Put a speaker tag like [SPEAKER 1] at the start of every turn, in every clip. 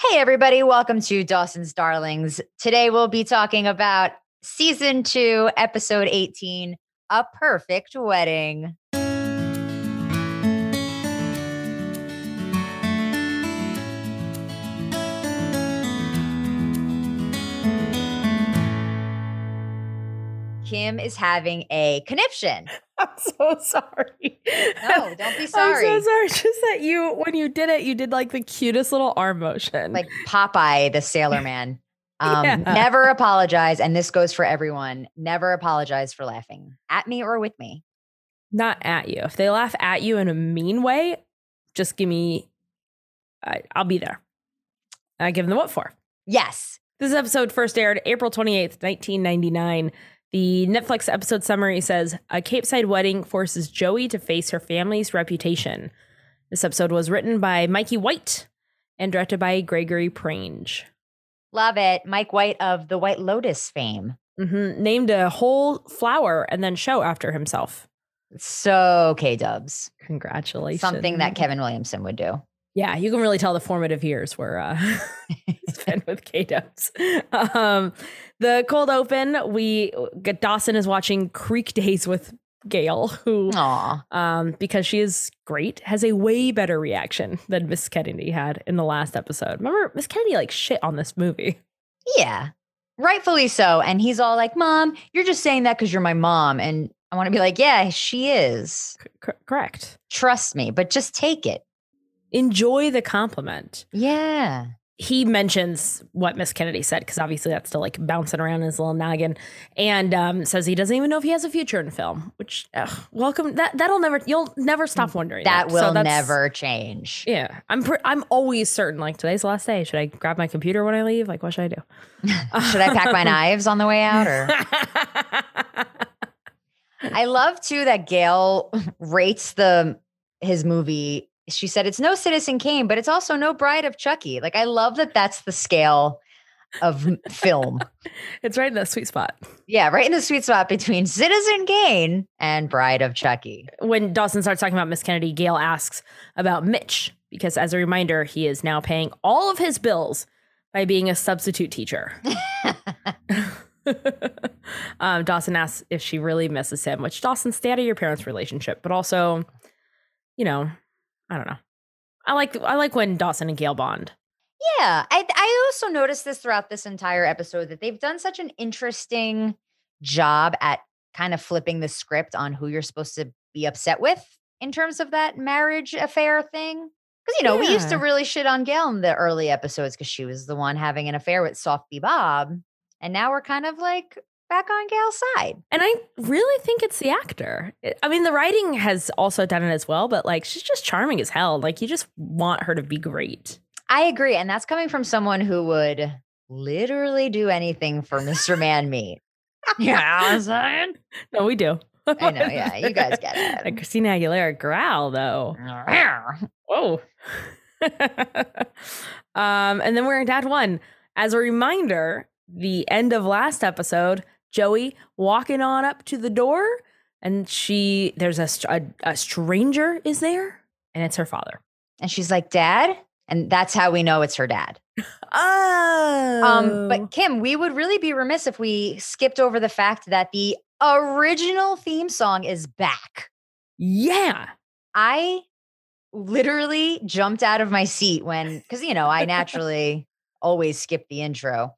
[SPEAKER 1] Hey, everybody, welcome to Dawson's Darlings. Today we'll be talking about season two, episode 18 A Perfect Wedding. Kim is having a conniption.
[SPEAKER 2] I'm so sorry.
[SPEAKER 1] No, don't be sorry.
[SPEAKER 2] I'm so sorry. Just that you, when you did it, you did like the cutest little arm motion.
[SPEAKER 1] like Popeye the Sailor Man. Um,
[SPEAKER 2] Yeah.
[SPEAKER 1] Never apologize, and this goes for everyone. Never apologize for laughing at me or with me.
[SPEAKER 2] not at you. If they laugh at you in a mean way, just give me. I, I'll be there. I give them the what for.
[SPEAKER 1] Yes,
[SPEAKER 2] This episode first aired April 28th, 1999. The Netflix episode summary says A Cape Side wedding forces Joey to face her family's reputation. This episode was written by Mikey White and directed by Gregory Prange.
[SPEAKER 1] love it. Mike White of the White Lotus fame.
[SPEAKER 2] hmm Named a whole flower and then show after himself.
[SPEAKER 1] So K Dubs,
[SPEAKER 2] Congratulations.
[SPEAKER 1] something that Kevin Williamson would do.
[SPEAKER 2] Yeah, you can really tell the formative years were uh, spent with K Dubs. Um, the cold open, we Dawson is watching Creek Days with Gail, who
[SPEAKER 1] Aw,
[SPEAKER 2] um, because she is great, has a way better reaction than Miss Kennedy had in the last episode. Remember, Miss Kennedy like shit on this movie.
[SPEAKER 1] yeah, rightfully so. And he's all like, "Mom, you're just saying that because you're my mom." And I want to be like, "Yeah, she is.
[SPEAKER 2] C- cor- correct.
[SPEAKER 1] Trust me, but just take it."
[SPEAKER 2] Enjoy the compliment.
[SPEAKER 1] Yeah,
[SPEAKER 2] he mentions what Miss Kennedy said because obviously that's still like bouncing around in his little noggin, and um, says he doesn't even know if he has a future in film. Which ugh, welcome that that'll never you'll never stop wondering
[SPEAKER 1] Mm, that
[SPEAKER 2] So
[SPEAKER 1] will
[SPEAKER 2] that's-
[SPEAKER 1] never change.
[SPEAKER 2] Yeah, I'm pre- I'm always certain. Like today's the last day. Should I grab my computer when I leave? Like what should I do?
[SPEAKER 1] Should I pack my knives on the way out or? I love too that Gail rates the his movie. She said it's no Citizen Kane, but it's also no Bride of Chucky. Like I love that that's the scale of m- film.
[SPEAKER 2] it's right in that sweet spot.
[SPEAKER 1] yeah, right in the sweet spot between Citizen Kane and Bride of Chucky.
[SPEAKER 2] when Dawson starts talking about Miss Kennedy, Gail asks about Mitch because, as a reminder, he is now paying all of his bills by being a substitute teacher. um, Dawson asks if she really misses him, which Dawson, stay out of your parents' relationship, but also, you know, I don't know. I like I like when Dawson and Gail bond.
[SPEAKER 1] Yeah, I I also noticed this throughout this entire episode that they've done such an interesting job at kind of flipping the script on who you're supposed to be upset with in terms of that marriage affair thing. Because you know we used to
[SPEAKER 2] Yeah.
[SPEAKER 1] really shit on Gail in the early episodes because she was the one having an affair with Softy Bob, and now we're kind of like back on Gail's side.
[SPEAKER 2] And I really think it's the actor. It- I mean, the writing has also done it as well, but like she's just charming as hell. Like you just want her to be great.
[SPEAKER 1] I agree, and that's coming from someone who would literally do anything for Mr. Man Meat. Yeah, I'm saying.
[SPEAKER 2] No, Oh, we do.
[SPEAKER 1] I know, yeah, you guys get it.
[SPEAKER 2] And Christina Aguilera growl though. Whoa. um, and then we're in Dad One. As a reminder, the end of last episode, Joey walking on up to the door, and she there's a str- a, a stranger is there, and it's her father.
[SPEAKER 1] And she's like, Dad? And that's how we know it's her dad.
[SPEAKER 2] Oh,
[SPEAKER 1] Um, but Kim, we would really be remiss if we skipped over the fact that the original theme song is back.
[SPEAKER 2] yeah,
[SPEAKER 1] I literally jumped out of my seat when, because, you know, I naturally always skip the intro.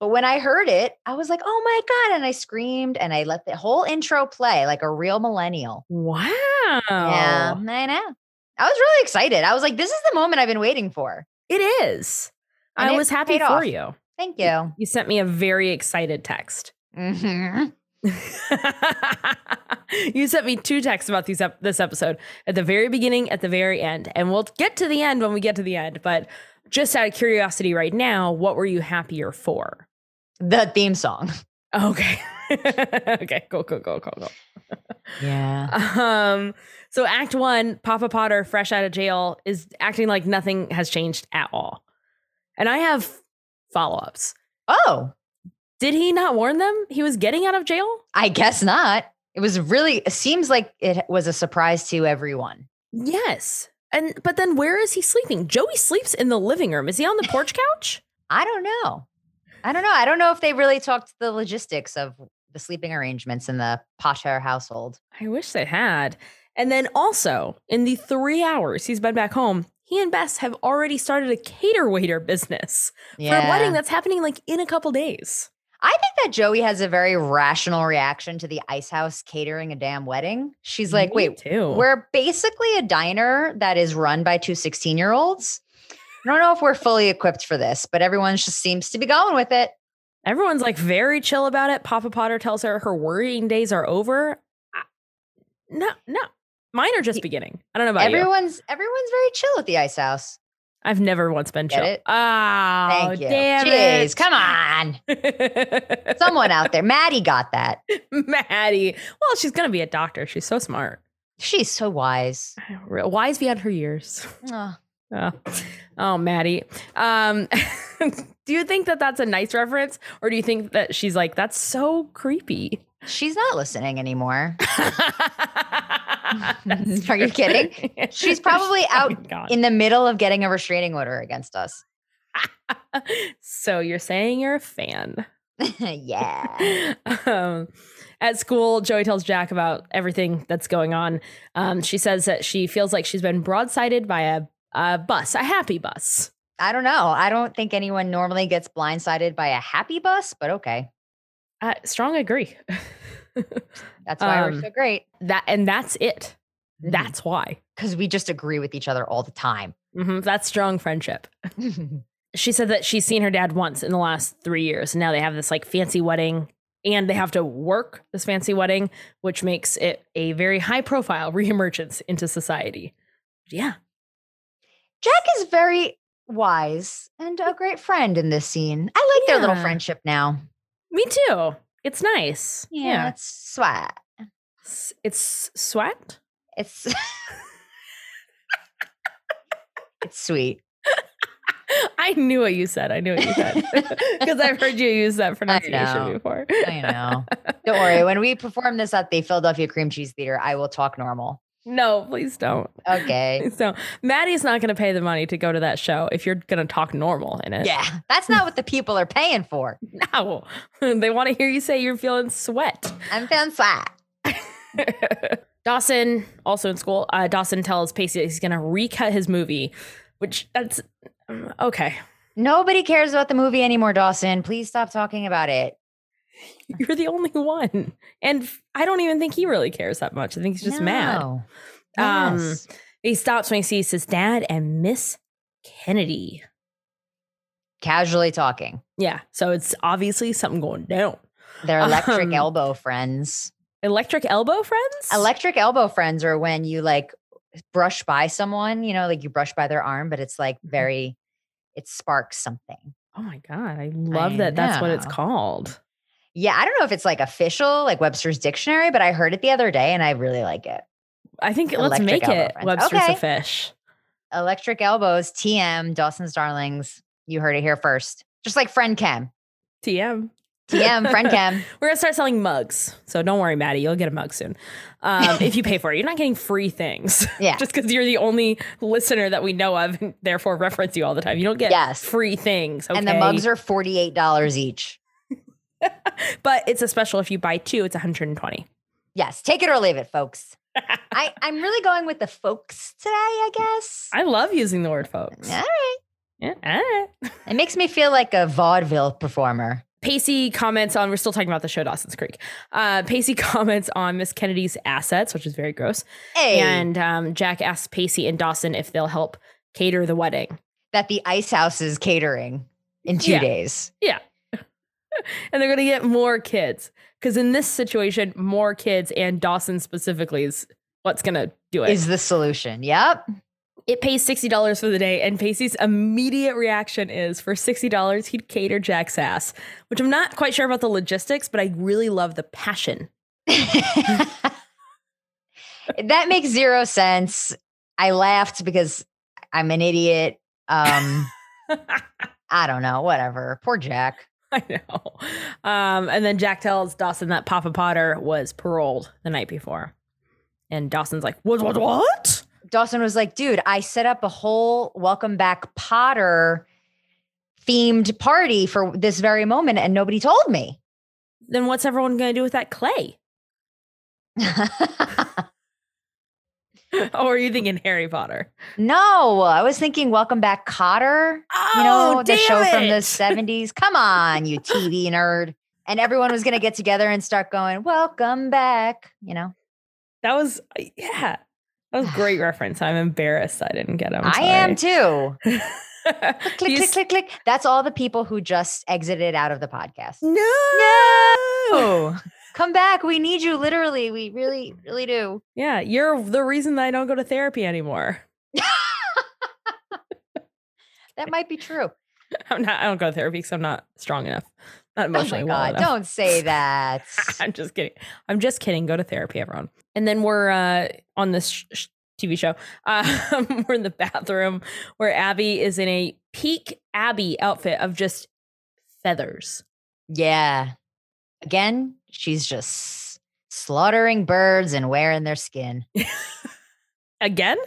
[SPEAKER 1] But when I heard it, I was like, oh my God. And I screamed and I let the whole intro play like a real millennial.
[SPEAKER 2] wow,
[SPEAKER 1] Yeah, I know. I was really excited. I was like, this is the moment I've been waiting for.
[SPEAKER 2] it is.
[SPEAKER 1] And
[SPEAKER 2] I
[SPEAKER 1] it
[SPEAKER 2] was happy
[SPEAKER 1] paid
[SPEAKER 2] for
[SPEAKER 1] off.
[SPEAKER 2] you.
[SPEAKER 1] Thank you.
[SPEAKER 2] You sent me a very excited text.
[SPEAKER 1] hmm
[SPEAKER 2] you sent me two texts about these ep- this episode at the very beginning, at the very end, and we'll get to the end when we get to the end. But just out of curiosity, right now, what were you happier for?
[SPEAKER 1] The theme song.
[SPEAKER 2] Okay, okay, cool, cool, cool, cool, cool.
[SPEAKER 1] Yeah.
[SPEAKER 2] Um, so Act One, Papa Potter, fresh out of jail, is acting like nothing has changed at all, and I have follow ups.
[SPEAKER 1] Oh,
[SPEAKER 2] Did he not warn them he was getting out of jail?
[SPEAKER 1] I guess not. It was really, it seems like it was a surprise to everyone.
[SPEAKER 2] Yes. And but then where is he sleeping? Joey sleeps in the living room. Is he on the porch couch?
[SPEAKER 1] I don't know. I don't know. I don't know if they really talked the logistics of the sleeping arrangements in the Potter household.
[SPEAKER 2] I wish they had. And then also, in the three hours he's been back home, he and Bess have already started a cater waiter business for a wedding that's happening like in a couple days.
[SPEAKER 1] I think that Joey has a very rational reaction to the ice house catering a damn wedding. She's like,
[SPEAKER 2] Me
[SPEAKER 1] wait,
[SPEAKER 2] too.
[SPEAKER 1] we're basically a diner that is run by two 16 year olds. I don't know if we're fully equipped for this, but everyone just seems to be going with it.
[SPEAKER 2] Everyone's like very chill about it. Papa Potter tells her her worrying days are over. I- No, no. Mine are just beginning. I don't know about you.
[SPEAKER 1] everyone's everyone's very chill at the ice house.
[SPEAKER 2] I've never once been
[SPEAKER 1] Get
[SPEAKER 2] chill.
[SPEAKER 1] it?
[SPEAKER 2] Oh,
[SPEAKER 1] Thank you.
[SPEAKER 2] damn
[SPEAKER 1] Jeez,
[SPEAKER 2] it.
[SPEAKER 1] come on.
[SPEAKER 2] on.
[SPEAKER 1] Someone out there. Maddie got that.
[SPEAKER 2] Maddie. Well, she's going to be a doctor. She's so smart.
[SPEAKER 1] She's so wise.
[SPEAKER 2] Real- Wise beyond her years.
[SPEAKER 1] Ugh.
[SPEAKER 2] Oh, oh Maddie. Um, do you think that that's a nice reference? Or do you think that she's like, that's so creepy?
[SPEAKER 1] She's not listening anymore.
[SPEAKER 2] That's
[SPEAKER 1] Are you
[SPEAKER 2] true.
[SPEAKER 1] kidding? She's probably out
[SPEAKER 2] Oh, God.
[SPEAKER 1] In the middle of getting a restraining order against us.
[SPEAKER 2] so you're saying you're a fan.
[SPEAKER 1] yeah.
[SPEAKER 2] um, at school, Joey tells Jack about everything that's going on. Um, she says that she feels like she's been broadsided by a, a bus, a happy bus.
[SPEAKER 1] I don't know. I don't think anyone normally gets blindsided by a happy bus, but okay.
[SPEAKER 2] Uh, strong agree.
[SPEAKER 1] That's why
[SPEAKER 2] Um,
[SPEAKER 1] we're so great.
[SPEAKER 2] that and that's it. That's why.
[SPEAKER 1] because we just agree with each other all the time.
[SPEAKER 2] Mhm, That's strong friendship. She said that she's seen her dad once in the last three years, and now they have this like fancy wedding, and they have to work this fancy wedding, which makes it a very high profile reemergence into society. Yeah,
[SPEAKER 1] Jack is very wise and a great friend in this scene. I like their little
[SPEAKER 2] Yeah.
[SPEAKER 1] friendship now.
[SPEAKER 2] me too. It's nice.
[SPEAKER 1] it's swat.
[SPEAKER 2] S- It's sweat.
[SPEAKER 1] It's it's sweet.
[SPEAKER 2] I knew what you said. I knew what you said because I've heard you use that pronunciation
[SPEAKER 1] know.
[SPEAKER 2] before.
[SPEAKER 1] I know. Don't worry. When we perform this at the Philadelphia Cream Cheese Theater, I will talk normal.
[SPEAKER 2] No, please don't.
[SPEAKER 1] Okay.
[SPEAKER 2] So Maddie's not going to pay the money to go to that show if you're going to talk normal in it.
[SPEAKER 1] Yeah, that's not what the people are paying for.
[SPEAKER 2] No, they want to hear you say you're feeling sweat.
[SPEAKER 1] I'm feeling swat.
[SPEAKER 2] Dawson, also in school, uh, Dawson tells Pacey that he's going to recut his movie, which that's um, okay.
[SPEAKER 1] Nobody cares about the movie anymore, Dawson. Please stop talking about it.
[SPEAKER 2] You're the only one. And f- I don't even think he really cares that much. I think he's just mad.
[SPEAKER 1] No.
[SPEAKER 2] Um,
[SPEAKER 1] Yes.
[SPEAKER 2] He stops when he sees his dad and Miss Kennedy.
[SPEAKER 1] casually talking.
[SPEAKER 2] Yeah. So it's obviously something going down.
[SPEAKER 1] They're electric
[SPEAKER 2] Um,
[SPEAKER 1] elbow friends.
[SPEAKER 2] Electric elbow friends?
[SPEAKER 1] Electric elbow friends are when you like brush by someone, you know, like you brush by their arm, but it's like very, it sparks something.
[SPEAKER 2] oh my God. I love
[SPEAKER 1] I
[SPEAKER 2] that that's what it's
[SPEAKER 1] know.
[SPEAKER 2] called.
[SPEAKER 1] Yeah, I don't know if it's like official, like Webster's Dictionary, but I heard it the other day and I really like it.
[SPEAKER 2] I think let's
[SPEAKER 1] Electric
[SPEAKER 2] make
[SPEAKER 1] elbow
[SPEAKER 2] it
[SPEAKER 1] friends.
[SPEAKER 2] Webster's
[SPEAKER 1] Okay.
[SPEAKER 2] a fish.
[SPEAKER 1] Electric elbows, TM, Dawson's Darlings. You heard it here first. Just like friend cam,
[SPEAKER 2] TM.
[SPEAKER 1] TM, friend cam.
[SPEAKER 2] We're gonna start selling mugs, so don't worry, Maddie. You'll get a mug soon um, if you pay for it. You're not getting free things
[SPEAKER 1] Yeah.
[SPEAKER 2] just because you're the only listener that we know of, and therefore reference you all the time. You don't get
[SPEAKER 1] Yes.
[SPEAKER 2] free things,
[SPEAKER 1] And the mugs are $48 each.
[SPEAKER 2] but it's a special if you buy two. It's 120.
[SPEAKER 1] Yes, take it or leave it, folks. I, I'm really going with the folks today, I guess.
[SPEAKER 2] I love using the word folks.
[SPEAKER 1] All right.
[SPEAKER 2] Yeah, all right.
[SPEAKER 1] It makes me feel like a vaudeville performer.
[SPEAKER 2] Pacey comments on, we're still talking about the show Dawson's Creek. Uh, Pacey comments on Miss Kennedy's assets, which is very gross.
[SPEAKER 1] Hey,
[SPEAKER 2] And um, Jack asks Pacey and Dawson if they'll help cater the wedding.
[SPEAKER 1] that the ice house is catering in two
[SPEAKER 2] Yeah.
[SPEAKER 1] days.
[SPEAKER 2] and they're going to get more kids because in this situation more kids and dawson specifically is what's going to do it
[SPEAKER 1] Is the solution. Yep.
[SPEAKER 2] it pays $60 for the day and pacey's immediate reaction is for $60 he'd cater jack's ass which i'm not quite sure about the logistics but i really love the passion
[SPEAKER 1] that makes zero sense. I laughed because I'm an idiot. Um,
[SPEAKER 2] i
[SPEAKER 1] I don't know, whatever. Poor Jack.
[SPEAKER 2] know um, and then jack tells dawson that papa potter was paroled the night before and dawson's like what what what
[SPEAKER 1] Dawson was like, dude, I set up a whole welcome back Potter themed party for this very moment and nobody told me.
[SPEAKER 2] Then what's everyone going to do with that clay? or are you thinking Harry Potter?
[SPEAKER 1] no, I was thinking welcome back Cotter,
[SPEAKER 2] Oh,
[SPEAKER 1] you know, the show from the
[SPEAKER 2] it.
[SPEAKER 1] 70s. Come on, you TV nerd. And everyone was going to get together and start going, welcome back, you know.
[SPEAKER 2] That was uh, yeah. That was a great reference. I'm embarrassed I didn't get him.
[SPEAKER 1] I am too.
[SPEAKER 2] too.
[SPEAKER 1] Click, click, click, click. That's all the people who just exited out of the podcast.
[SPEAKER 2] No.
[SPEAKER 1] Come back. We need you. Literally. We really, really do.
[SPEAKER 2] Yeah, you're the reason that I don't go to therapy anymore.
[SPEAKER 1] That might be true. Oh
[SPEAKER 2] I'm not. I don't go to therapy because I'm not strong enough. Not
[SPEAKER 1] Oh
[SPEAKER 2] emotionally
[SPEAKER 1] my
[SPEAKER 2] well
[SPEAKER 1] God.
[SPEAKER 2] enough.
[SPEAKER 1] Don't say that.
[SPEAKER 2] I'm just kidding. I'm just kidding. Go to therapy, everyone. And then we're uh, on this sh- sh- TV show. Um, we're in the bathroom where Abby is in a peak Abby outfit of just feathers.
[SPEAKER 1] yeah. Again, she's just slaughtering birds and wearing their skin.
[SPEAKER 2] Again,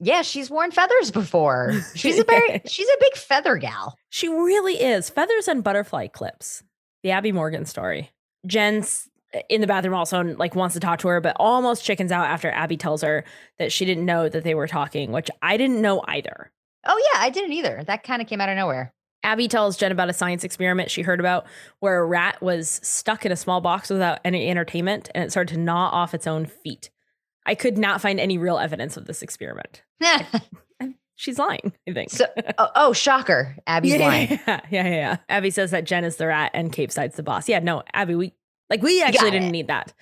[SPEAKER 1] Yeah, she's worn feathers before. She's a very she's a big feather gal.
[SPEAKER 2] she really is feathers and butterfly clips. The Abby Morgan story. Jen's uh, in the bathroom also and like wants to talk to her, but almost chickens out after Abby tells her that she didn't know that they were talking, which I didn't know either.
[SPEAKER 1] Oh yeah, I didn't either. That kind of came out of nowhere.
[SPEAKER 2] Abby tells Jen about a science experiment she heard about where a rat was stuck in a small box without any entertainment and it started to gnaw off its own feet. I could not find any real evidence of this experiment. She's lying, I think.
[SPEAKER 1] So- oh, oh, shocker. Abby's
[SPEAKER 2] yeah,
[SPEAKER 1] lying.
[SPEAKER 2] Yeah, yeah, yeah, yeah. Abby says that Jen is the rat and Cape Side's the boss. Yeah, no, Abby, we like we actually
[SPEAKER 1] got
[SPEAKER 2] didn't
[SPEAKER 1] it.
[SPEAKER 2] need that.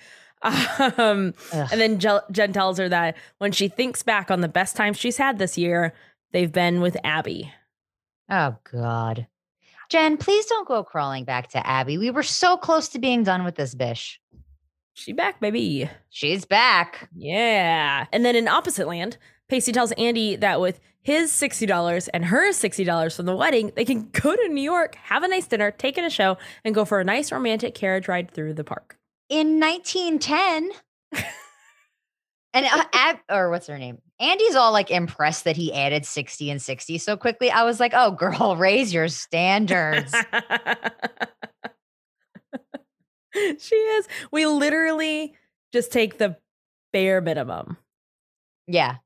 [SPEAKER 2] Um,
[SPEAKER 1] Ugh.
[SPEAKER 2] and then Jel- Jen tells her that when she thinks back on the best times she's had this year, they've been with Abby.
[SPEAKER 1] Oh God. Jen, please don't go crawling back to Abby. We were so close to being done with this bish.
[SPEAKER 2] She back, baby.
[SPEAKER 1] She's back.
[SPEAKER 2] Yeah. And then in opposite land, Pacey tells Andy that with his $60 and her $60 from the wedding, they can go to New York, have a nice dinner, take in a show, and go for a nice romantic carriage ride through the park.
[SPEAKER 1] In 1910. and uh, Ab- or what's her name? Andy's all like impressed that he added 60 and 60 so quickly. I was like, oh girl, raise your standards.
[SPEAKER 2] she is. We literally just take the bare minimum.
[SPEAKER 1] yeah.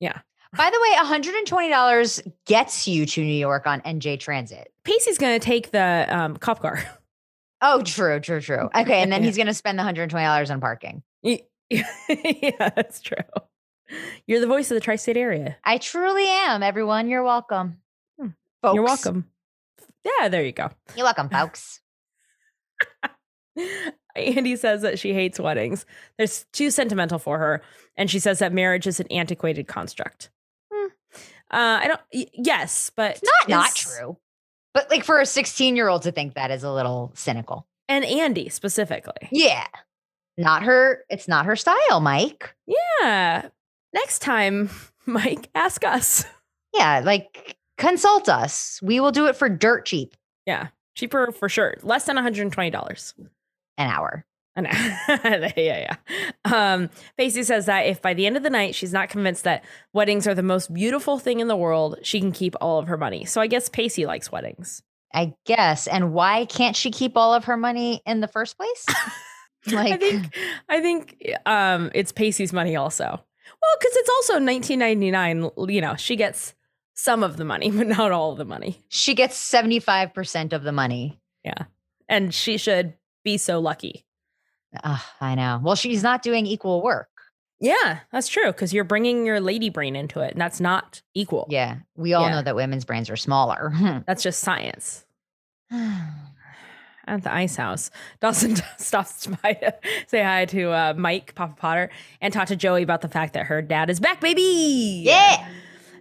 [SPEAKER 2] Yeah.
[SPEAKER 1] By the way, $120 gets you to New York on NJ Transit.
[SPEAKER 2] Pacey's going to take the um, cop car.
[SPEAKER 1] Oh, true, true, true.
[SPEAKER 2] Mm.
[SPEAKER 1] Okay. And then
[SPEAKER 2] Yeah.
[SPEAKER 1] he's gonna spend the $120 on parking.
[SPEAKER 2] yeah, that's true. You're the voice of the tri state area.
[SPEAKER 1] I truly am, everyone. You're welcome.
[SPEAKER 2] Hmm.
[SPEAKER 1] Folks.
[SPEAKER 2] You're welcome. Yeah, there you go.
[SPEAKER 1] You're welcome, folks.
[SPEAKER 2] Andy says that she hates weddings. They're s- too sentimental for her, and she says that marriage is an antiquated construct. Hmm. Uh, I don't. y- Yes, but
[SPEAKER 1] It's not not
[SPEAKER 2] is-
[SPEAKER 1] true. But like for a 16 year old to think that is a little cynical.
[SPEAKER 2] And Andy specifically.
[SPEAKER 1] Yeah. Not her, it's not her style, Mike.
[SPEAKER 2] Yeah. Next time, Mike, ask us.
[SPEAKER 1] Yeah, like consult us. We will do it for dirt cheap
[SPEAKER 2] Yeah, cheaper for sure. Less than one hundred and twenty dollars.
[SPEAKER 1] an hour.
[SPEAKER 2] I know. yeah, yeah. Um, Pacey says that if by the end of the night she's not convinced that weddings are the most beautiful thing in the world, she can keep all of her money. So I guess Pacey likes weddings.
[SPEAKER 1] I guess. And why can't she keep all of her money in the first place? like
[SPEAKER 2] I think I think um, it's Pacey's money also. Well, because it's also 1999. You know, she gets some of the money, but not all of the money.
[SPEAKER 1] she gets 75% of the money.
[SPEAKER 2] And she should be so lucky.
[SPEAKER 1] Ugh, I know. Well, she's not doing equal work.
[SPEAKER 2] Yeah, that's true. Because you're bringing your lady brain into it, and that's not equal.
[SPEAKER 1] Yeah. We all
[SPEAKER 2] Yeah.
[SPEAKER 1] know that women's brains are smaller.
[SPEAKER 2] that's just science.
[SPEAKER 1] oh
[SPEAKER 2] at the ice house. Dawson stops by to say hi to uh, Mike, Papa Potter, and talk to Joey about the fact that her dad is back, baby.
[SPEAKER 1] Yeah.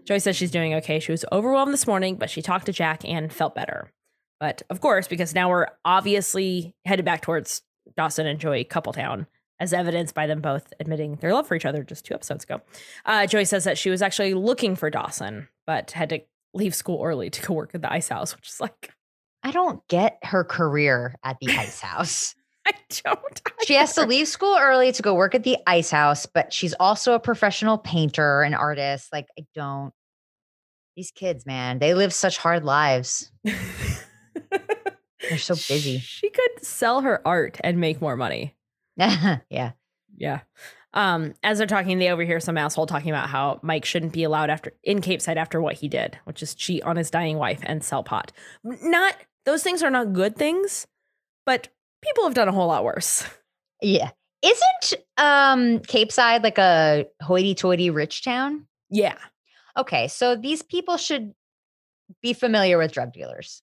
[SPEAKER 2] Joey says she's doing okay. She was overwhelmed this morning, but she talked to Jack and felt better. But of course, because now we're obviously headed back towards Dawson and Joey Coupletown, as evidenced by them both admitting their love for each other just two episodes ago. Uh, Joey says that she was actually looking for Dawson, but had to leave school early to go work at the ice house, which is like
[SPEAKER 1] I don't get her career at the ice house.
[SPEAKER 2] I don't.
[SPEAKER 1] She has to
[SPEAKER 2] either.
[SPEAKER 1] leave school early to go work at the ice house, but she's also a professional painter and artist. Like, I don't. These kids, man, they live such hard lives. They're so busy.
[SPEAKER 2] She could sell her art and make more money.
[SPEAKER 1] yeah.
[SPEAKER 2] Yeah. Um, as they're talking, they overhear some asshole talking about how Mike shouldn't be allowed after in Cape Side after what he did, which is cheat on his dying wife and sell pot. Not those things are not good things, but people have done a whole lot worse.
[SPEAKER 1] Yeah. Isn't um Cape Side like a hoity toity rich town?
[SPEAKER 2] Yeah.
[SPEAKER 1] Okay, so these people should be familiar with drug dealers.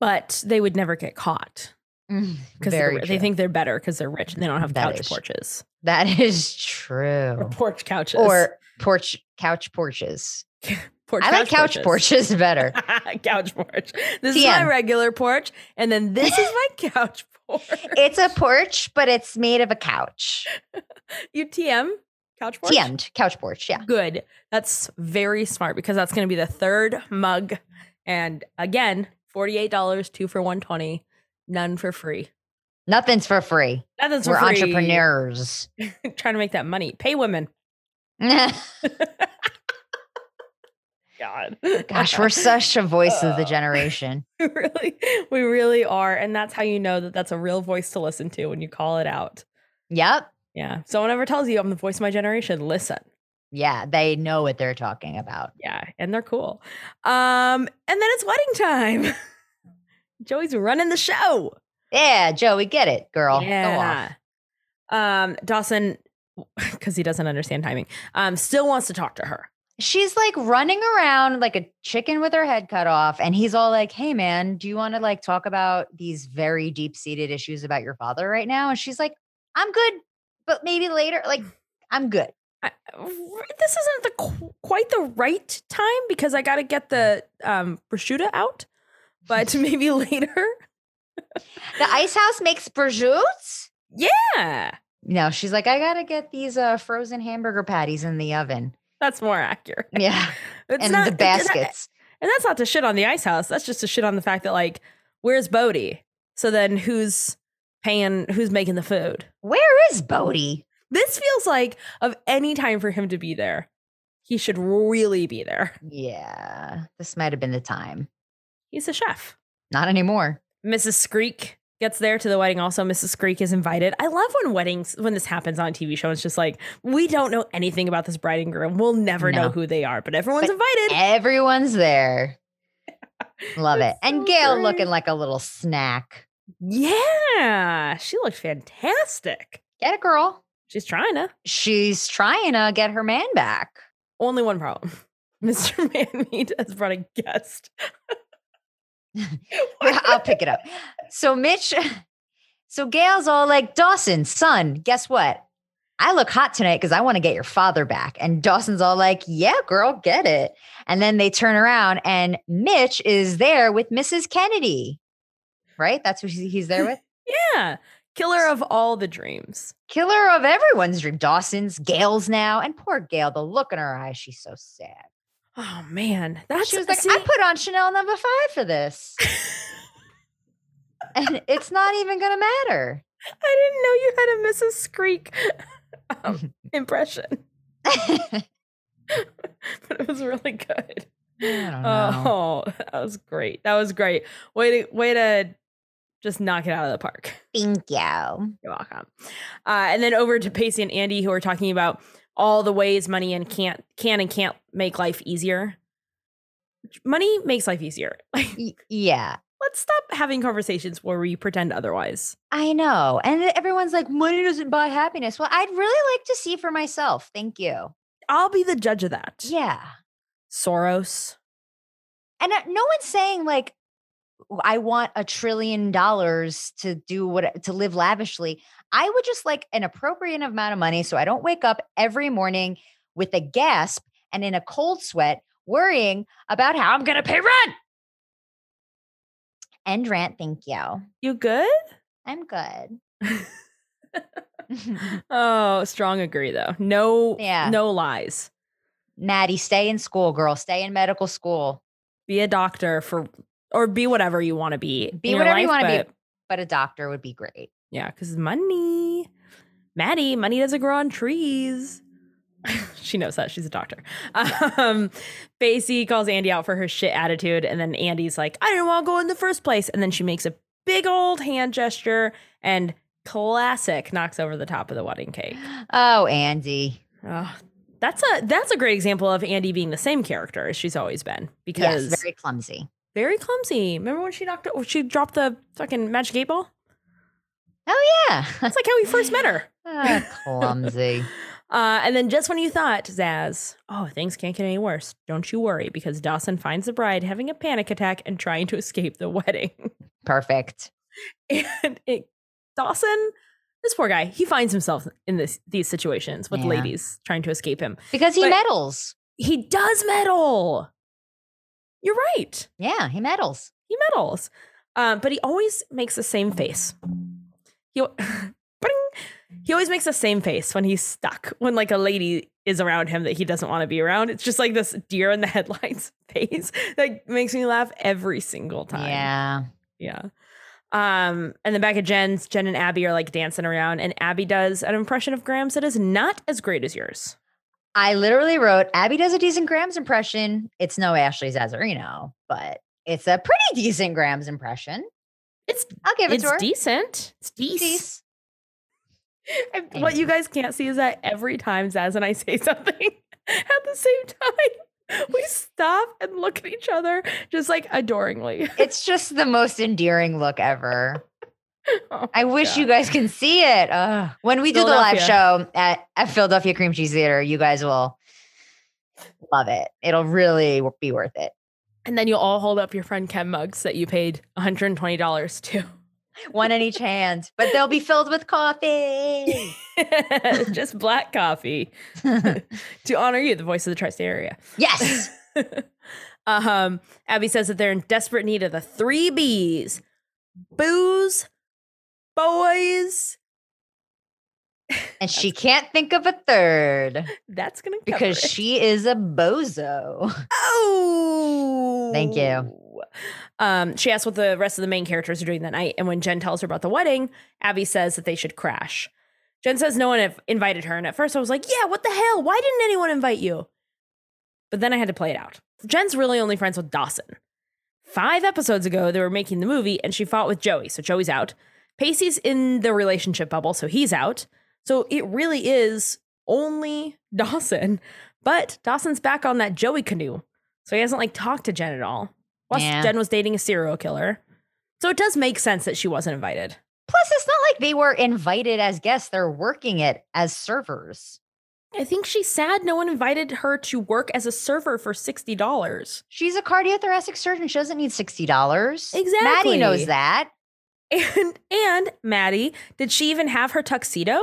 [SPEAKER 2] But they would never get caught because
[SPEAKER 1] Very
[SPEAKER 2] Mm, they
[SPEAKER 1] true.
[SPEAKER 2] think they're better because they're rich and they don't have
[SPEAKER 1] That
[SPEAKER 2] couch
[SPEAKER 1] is
[SPEAKER 2] porches
[SPEAKER 1] that is
[SPEAKER 2] or
[SPEAKER 1] true.
[SPEAKER 2] porch couches
[SPEAKER 1] Or porch couch porches.
[SPEAKER 2] porch
[SPEAKER 1] I like couch porches, better.
[SPEAKER 2] couch porch. This is my
[SPEAKER 1] TM.
[SPEAKER 2] regular porch, and then this is my couch porch.
[SPEAKER 1] It's a porch, but it's made of a couch.
[SPEAKER 2] you TM couch porch.
[SPEAKER 1] TM'd couch porch. Yeah.
[SPEAKER 2] Good. That's very smart because that's going to be the third mug, and again, forty eight dollars, two for one twenty, none for free.
[SPEAKER 1] Nothing's for free.
[SPEAKER 2] Nothing's for
[SPEAKER 1] We're
[SPEAKER 2] free.
[SPEAKER 1] entrepreneurs.
[SPEAKER 2] trying to make that money. Pay women.
[SPEAKER 1] Gosh,
[SPEAKER 2] God.
[SPEAKER 1] we're such a voice of the
[SPEAKER 2] Uh.
[SPEAKER 1] generation.
[SPEAKER 2] We really we really are, and that's how you know that that's a real voice to listen to when you call it out.
[SPEAKER 1] Yep.
[SPEAKER 2] Yeah. If Someone ever tells you I'm the voice of my generation, listen.
[SPEAKER 1] Yeah, they know what they're talking about.
[SPEAKER 2] Yeah. And they're cool. Um, and then it's wedding time. Joey's running the show.
[SPEAKER 1] Yeah, Joe, we get it, girl. Go off.
[SPEAKER 2] Um, Dawson, because he doesn't understand timing, um, still wants to talk to her.
[SPEAKER 1] She's like running around like a chicken with her head cut off. And he's all like, Hey, man, do you want to like talk about these very deep seated issues about your father right now? And she's like, I'm good, but maybe later. Like, I'm good.
[SPEAKER 2] I, this isn't the qu- quite the right time because I got to get the um, prosciutto out, but maybe later.
[SPEAKER 1] The ice house makes prosciutto.
[SPEAKER 2] Yeah,
[SPEAKER 1] No, she's like, I gotta get these uh, frozen hamburger patties in the oven.
[SPEAKER 2] that's more accurate.
[SPEAKER 1] Yeah,
[SPEAKER 2] It's
[SPEAKER 1] and
[SPEAKER 2] not-
[SPEAKER 1] the
[SPEAKER 2] it- it-
[SPEAKER 1] baskets.
[SPEAKER 2] And that's not to shit on the ice house. That's just to shit on the fact that like, where's Bodie? So then who's paying who's making the food?
[SPEAKER 1] Where is Bodie?
[SPEAKER 2] This feels like of any time for him to be there, he should really be there.
[SPEAKER 1] Yeah, this might have been the time.
[SPEAKER 2] He's a chef.
[SPEAKER 1] Not anymore.
[SPEAKER 2] Mrs. Screek gets there to the wedding also. Mrs. Screek is invited. I love when weddings when this happens on a TV show. It's just like, we don't know anything about this bride and groom. We'll never know
[SPEAKER 1] No.
[SPEAKER 2] who they are, but everyone's
[SPEAKER 1] But eh
[SPEAKER 2] invited.
[SPEAKER 1] Everyone's there. Love it.
[SPEAKER 2] That's so
[SPEAKER 1] And Gail
[SPEAKER 2] great.
[SPEAKER 1] looking like a little snack.
[SPEAKER 2] Yeah. She looked fantastic.
[SPEAKER 1] Get it, girl.
[SPEAKER 2] She's trying to.
[SPEAKER 1] She's trying to get her man back.
[SPEAKER 2] Only one problem. Mr. Manmeat has brought a guest.
[SPEAKER 1] I'll pick it up. So Mitch, so Gail's all like, Dawson, son, guess what? I look hot tonight because I want to get your father back. And Dawson's all like, yeah, girl, get it. And then they turn around and Mitch is there with Mrs. Kennedy, right? That's who he- he's there with.
[SPEAKER 2] yeah. Killer of all the dreams.
[SPEAKER 1] Killer of everyone's dream. Dawson's, Gail's now. And poor Gail, the look in her eyes, she's so sad.
[SPEAKER 2] Oh man. That's
[SPEAKER 1] she was like,
[SPEAKER 2] see,
[SPEAKER 1] I put on Chanel number five for this. and it's not even going to matter.
[SPEAKER 2] I didn't know you had a Mrs. Screek um, impression, but it was really good.
[SPEAKER 1] I don't know.
[SPEAKER 2] Oh, that was great. That was great. Way to way to just knock it out of the park.
[SPEAKER 1] Thank you.
[SPEAKER 2] You're welcome. Uh, and then over to Pacey and Andy, who are talking about all the ways money and can't can and can't make life easier. Money makes life easier. Like,
[SPEAKER 1] Y- yeah,
[SPEAKER 2] let's stop having conversations where we pretend otherwise.
[SPEAKER 1] I know. And then everyone's like, money doesn't buy happiness. Well, I'd really like to see for myself. Thank you.
[SPEAKER 2] I'll be the judge of that.
[SPEAKER 1] Yeah.
[SPEAKER 2] Soros.
[SPEAKER 1] And uh, no one's saying, like, "Oh, I want a trillion dollars to do what to live lavishly. I would just like an appropriate amount of money so I don't wake up every morning with a gasp and in a cold sweat worrying about how I'm going to pay rent. End rant. Thank you.
[SPEAKER 2] You good?
[SPEAKER 1] I'm good.
[SPEAKER 2] Oh, strong agree though. No,
[SPEAKER 1] Yeah.
[SPEAKER 2] no lies.
[SPEAKER 1] Maddie, stay in school, girl. Stay in medical school,
[SPEAKER 2] Be a doctor for, or be whatever you want to be. in
[SPEAKER 1] Be
[SPEAKER 2] your
[SPEAKER 1] whatever you
[SPEAKER 2] life,
[SPEAKER 1] wanna be.
[SPEAKER 2] but
[SPEAKER 1] but a doctor would be great.
[SPEAKER 2] Yeah, because money. Maddie, money doesn't grow on trees. she knows that. She's a doctor. Um, Basie calls Andy out for her shit attitude. And then Andy's like, I didn't want to go in the first place. And then she makes a big old hand gesture and classic knocks over the top of the wedding cake.
[SPEAKER 1] Oh, Andy.
[SPEAKER 2] Oh, that's a that's a great example of Andy being the same character as she's always been because
[SPEAKER 1] Yes, very clumsy.
[SPEAKER 2] very clumsy. Remember when she knocked oh, she dropped the fucking magic eight ball?
[SPEAKER 1] Oh yeah,
[SPEAKER 2] That's like how we first met her.
[SPEAKER 1] Ah, clumsy.
[SPEAKER 2] Uh, and then just when you thought, Zaz, oh, things can't get any worse, don't you worry because Dawson finds the bride having a panic attack and trying to escape the wedding.
[SPEAKER 1] Perfect.
[SPEAKER 2] and it, Dawson, this poor guy, he finds himself in this these situations with
[SPEAKER 1] Yeah.
[SPEAKER 2] ladies trying to escape him.
[SPEAKER 1] Because he
[SPEAKER 2] But-
[SPEAKER 1] meddles.
[SPEAKER 2] He does meddle. You're right.
[SPEAKER 1] Yeah, he meddles.
[SPEAKER 2] He meddles. Um, but he always makes the same face. He, al- Bring. he always makes the same face when he's stuck, when like a lady is around him that he doesn't want to be around. It's just like this deer in the headlights face that makes me laugh every single time.
[SPEAKER 1] Yeah.
[SPEAKER 2] Yeah. Um, and then back at Jen's, Jen and Abby are like dancing around, and Abby does an impression of Graham's that is not as great as yours.
[SPEAKER 1] I literally wrote Abby does a decent Grams impression. It's no Ashley Zazzarino, but it's a pretty decent Grams impression.
[SPEAKER 2] It's
[SPEAKER 1] I'll give it
[SPEAKER 2] it's
[SPEAKER 1] to her.
[SPEAKER 2] decent. It's decent.
[SPEAKER 1] Dece.
[SPEAKER 2] What you guys can't see is that every time Zaz and I say something at the same time, we stop and look at each other just like adoringly.
[SPEAKER 1] It's just the most endearing look ever.
[SPEAKER 2] Oh,
[SPEAKER 1] I wish
[SPEAKER 2] God.
[SPEAKER 1] you guys can see it. Ugh. when we do the live show at, at Philadelphia Cream Cheese Theater, you guys will love it. It'll really w- be worth it.
[SPEAKER 2] And then you'll all hold up your friend Ken mugs that you paid $120 to.
[SPEAKER 1] One in each hand, but they'll be filled with coffee.
[SPEAKER 2] just black coffee to honor you, the voice of the tri state area.
[SPEAKER 1] yes.
[SPEAKER 2] um, Abby says that they're in desperate need of the three B's booze, boys.
[SPEAKER 1] And she can't think of a third
[SPEAKER 2] That's going to
[SPEAKER 1] because she is a bozo.
[SPEAKER 2] Oh,
[SPEAKER 1] Thank you.
[SPEAKER 2] Um, she asks what the rest of the main characters are doing that night, and when Jen tells her about the wedding, Abby says that they should crash. Jen says no one have invited her, and at first I was like, "Yeah, what the hell? Why didn't anyone invite you?" But then I had to play it out. Jen's really only friends with Dawson. Five episodes ago, they were making the movie, and she fought with Joey, so Joey's out. Pacey's in the relationship bubble, so he's out. So it really is only Dawson, but Dawson's back on that Joey canoe, so he hasn't like talked to Jen at all. Plus,
[SPEAKER 1] Yeah.
[SPEAKER 2] Jen was dating a serial killer, so it does make sense that she wasn't invited.
[SPEAKER 1] Plus, it's not like they were invited as guests, they're working it as servers.
[SPEAKER 2] I think she's sad no one invited her to work as a server for sixty dollars.
[SPEAKER 1] She's a cardiothoracic surgeon. She doesn't need $60. Maddie
[SPEAKER 2] Exactly.
[SPEAKER 1] knows that.
[SPEAKER 2] And and Maddie, did she even have her tuxedo?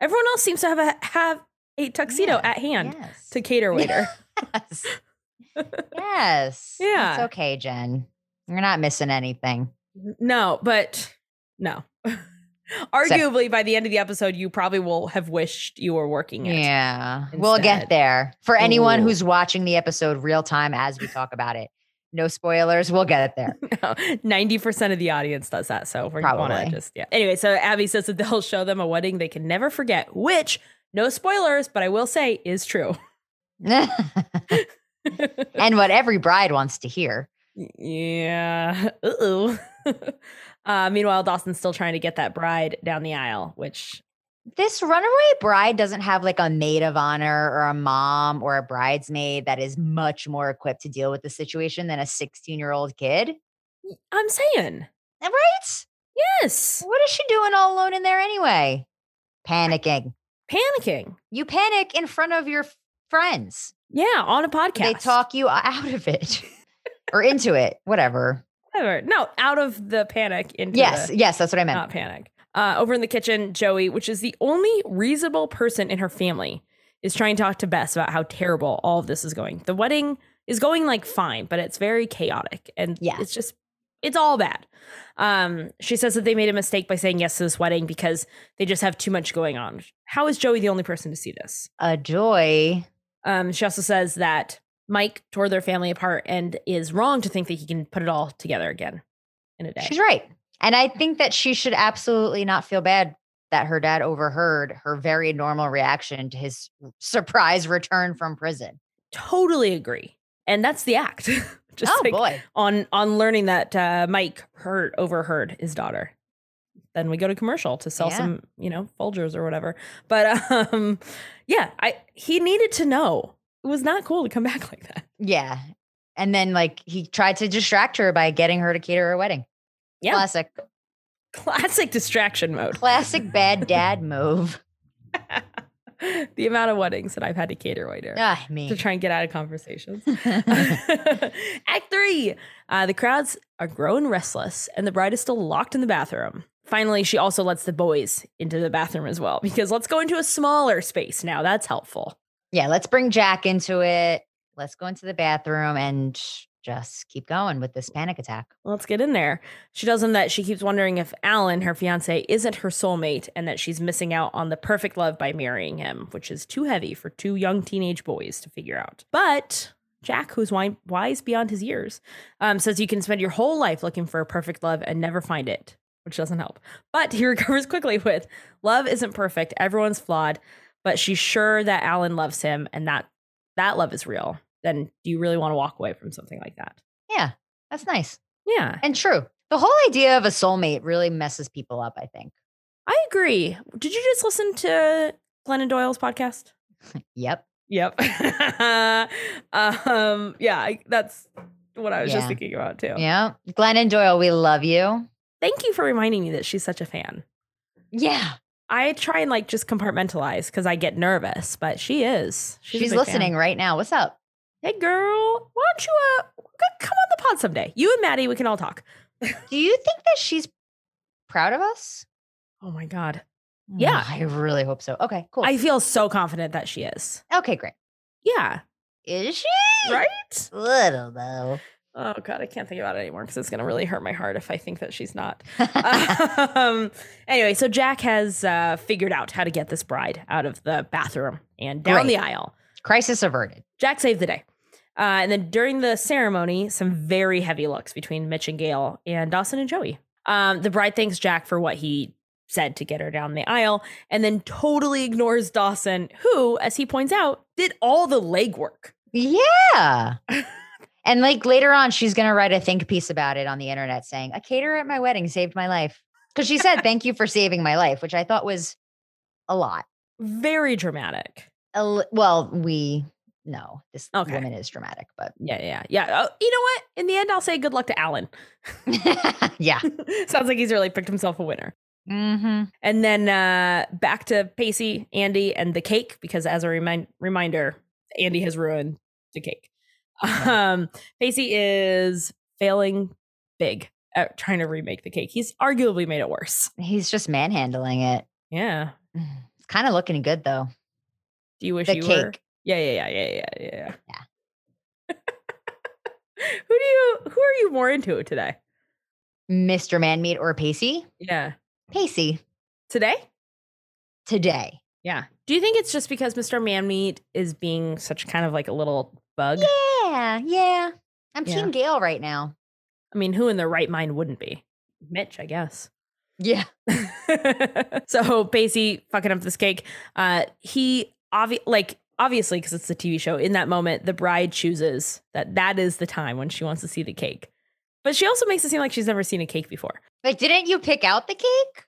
[SPEAKER 2] Everyone else seems to have a have a tuxedo
[SPEAKER 1] Yeah,
[SPEAKER 2] at hand
[SPEAKER 1] Yes.
[SPEAKER 2] to cater waiter.
[SPEAKER 1] yes. yes.
[SPEAKER 2] Yeah.
[SPEAKER 1] It's okay, Jen. You're not missing anything.
[SPEAKER 2] No, but no. Arguably, by the end of the episode, you probably will have wished you were working it.
[SPEAKER 1] Yeah. We'll
[SPEAKER 2] Instead.
[SPEAKER 1] get there. For anyone
[SPEAKER 2] Ooh.
[SPEAKER 1] who's watching the episode real time as we talk about it, no spoilers. We'll get there.
[SPEAKER 2] Ninety percent of the audience does that, so we're gonna
[SPEAKER 1] Probably.
[SPEAKER 2] just yeah. Anyway, so Abby says that they'll show them a wedding they can never forget, which no spoilers, but I will say is true.
[SPEAKER 1] and what every bride wants to hear.
[SPEAKER 2] yeah. Uh-oh. uh, meanwhile, Dawson's still trying to get that bride down the aisle, which
[SPEAKER 1] This runaway bride doesn't have like a maid of honor or a mom or a bridesmaid that is much more equipped to deal with the situation than a 16 year old kid.
[SPEAKER 2] I'm saying
[SPEAKER 1] Right?
[SPEAKER 2] yes,
[SPEAKER 1] What is she doing all alone in there anyway? Panicking.
[SPEAKER 2] panicking.
[SPEAKER 1] You panic in front of your f- friends.
[SPEAKER 2] Yeah, on a podcast.
[SPEAKER 1] They talk you out of it or into it, whatever.
[SPEAKER 2] Whatever. No, out of the panic into
[SPEAKER 1] Yes,
[SPEAKER 2] the
[SPEAKER 1] yes, that's what I meant.
[SPEAKER 2] not panic. Uh, over in the kitchen, Joey, which is the only reasonable person in her family, is trying to talk to Bess about how terrible all of this is going. The wedding is going like fine, but it's very chaotic and
[SPEAKER 1] Yeah.
[SPEAKER 2] it's just it's all bad. Um, she says that they made a mistake by saying yes to this wedding because they just have too much going on. How is Joey the only person to see this?
[SPEAKER 1] A joy.
[SPEAKER 2] Um, she also says that Mike tore their family apart and is wrong to think that he can put it all together again in a day.
[SPEAKER 1] She's right. And I think that she should absolutely not feel bad that her dad overheard her very normal reaction to his surprise return from prison.
[SPEAKER 2] Totally agree. And that's the act. Just
[SPEAKER 1] oh
[SPEAKER 2] like
[SPEAKER 1] boy.
[SPEAKER 2] on on learning that uh, Mike heard overheard his daughter. Then we go to commercial to sell
[SPEAKER 1] Yeah.
[SPEAKER 2] some, you know, Folgers or whatever. But um, yeah, I he needed to know. It was not cool to come back like that.
[SPEAKER 1] Yeah. And then like he tried to distract her by getting her to cater her wedding.
[SPEAKER 2] Yeah.
[SPEAKER 1] Classic.
[SPEAKER 2] Classic distraction mode.
[SPEAKER 1] Classic bad dad move.
[SPEAKER 2] the amount of weddings that I've had to cater waiter
[SPEAKER 1] Ah,
[SPEAKER 2] to
[SPEAKER 1] me.
[SPEAKER 2] try and get out of conversations. Act three. Uh, the crowds are growing restless, and the bride is still locked in the bathroom. Finally, she also lets the boys into the bathroom as well because let's go into a smaller space now. That's helpful.
[SPEAKER 1] yeah, let's bring Jack into it. Let's go into the bathroom and just keep going with this panic attack.
[SPEAKER 2] Let's get in there. She tells him that she keeps wondering if Alan, her fiance, isn't her soulmate and that she's missing out on the perfect love by marrying him, which is too heavy for two young teenage boys to figure out. But Jack, who's wi- wise beyond his years, um, says you can spend your whole life looking for a perfect love and never find it, which doesn't help. But he recovers quickly with love isn't perfect, everyone's flawed, but she's sure that Alan loves him and that that love is real. Then do you really want to walk away from something like that?
[SPEAKER 1] Yeah, that's nice.
[SPEAKER 2] Yeah.
[SPEAKER 1] And true. The whole idea of a soulmate really messes people up, I think.
[SPEAKER 2] I agree. Did you just listen to Glennon Doyle's podcast?
[SPEAKER 1] Yep.
[SPEAKER 2] Yep. um, yeah, I, that's what I was just
[SPEAKER 1] Yeah.
[SPEAKER 2] thinking about too.
[SPEAKER 1] Yeah. Glennon Doyle, we love you.
[SPEAKER 2] Thank you for reminding me that she's such a fan.
[SPEAKER 1] Yeah.
[SPEAKER 2] I try and like just compartmentalize because I get nervous, but she is. a
[SPEAKER 1] She's
[SPEAKER 2] big fan.
[SPEAKER 1] listening right now. What's up?
[SPEAKER 2] Hey, girl, why don't you uh, c- come on the pod someday? You and Maddie, we can all talk.
[SPEAKER 1] Do you think that she's proud of us?
[SPEAKER 2] Oh my God.
[SPEAKER 1] Mm, I really hope so. Okay, cool.
[SPEAKER 2] I feel so confident that she is.
[SPEAKER 1] okay, great.
[SPEAKER 2] Yeah.
[SPEAKER 1] Is she?
[SPEAKER 2] Right?
[SPEAKER 1] Little though.
[SPEAKER 2] Oh God, I can't think about it anymore because it's going to really hurt my heart if I think that she's not. um, anyway, so Jack has uh, figured out how to get this bride out of the bathroom and down the aisle.
[SPEAKER 1] Crisis averted.
[SPEAKER 2] Jack saved the day. Uh, and then during the ceremony, some very heavy looks between Mitch and Gail and Dawson and Joey. Um, the bride thanks Jack for what he said to get her down the aisle and then totally ignores Dawson, who, as he points out, did all the legwork.
[SPEAKER 1] Yeah. and like later on, she's gonna write a think piece about it on the internet saying, a caterer at my wedding saved my life. Because she said, Thank you for saving my life, which I thought was a lot.
[SPEAKER 2] Very dramatic.
[SPEAKER 1] A li- well, we know this
[SPEAKER 2] Okay.
[SPEAKER 1] woman is dramatic, but
[SPEAKER 2] Yeah, yeah, yeah. Oh, you know what? In the end, I'll say good luck to Alan.
[SPEAKER 1] yeah.
[SPEAKER 2] Sounds like he's really picked himself a winner.
[SPEAKER 1] Mm-hmm.
[SPEAKER 2] And then uh, back to Pacey, Andy, and the cake, because as a remind- reminder, Andy has ruined the cake. Um, Pacey is failing big at trying to remake the cake. He's arguably made it worse.
[SPEAKER 1] He's just manhandling it.
[SPEAKER 2] Yeah.
[SPEAKER 1] It's kind of looking good though.
[SPEAKER 2] Do you wish
[SPEAKER 1] The
[SPEAKER 2] you
[SPEAKER 1] cake.
[SPEAKER 2] were? Yeah, yeah, yeah, yeah, yeah, yeah.
[SPEAKER 1] Yeah.
[SPEAKER 2] who do you? Who are you more into today?
[SPEAKER 1] Mr. Man Meat or Pacey?
[SPEAKER 2] Yeah.
[SPEAKER 1] Pacey
[SPEAKER 2] Today?
[SPEAKER 1] today.
[SPEAKER 2] Yeah. Do you think it's just because Mr. Man Meat is being such kind of like a little bug?
[SPEAKER 1] Yeah, yeah. I'm
[SPEAKER 2] Yeah.
[SPEAKER 1] Team Gail right now.
[SPEAKER 2] I mean, who in their right mind wouldn't be? Mitch, I guess.
[SPEAKER 1] Yeah.
[SPEAKER 2] so Pacey fucking up this cake. Uh, he obvi- like obviously because it's the TV show. In that moment, the bride chooses that that is the time when she wants to see the cake, but she also makes it seem like she's never seen a cake before.
[SPEAKER 1] Like, didn't you pick out the cake?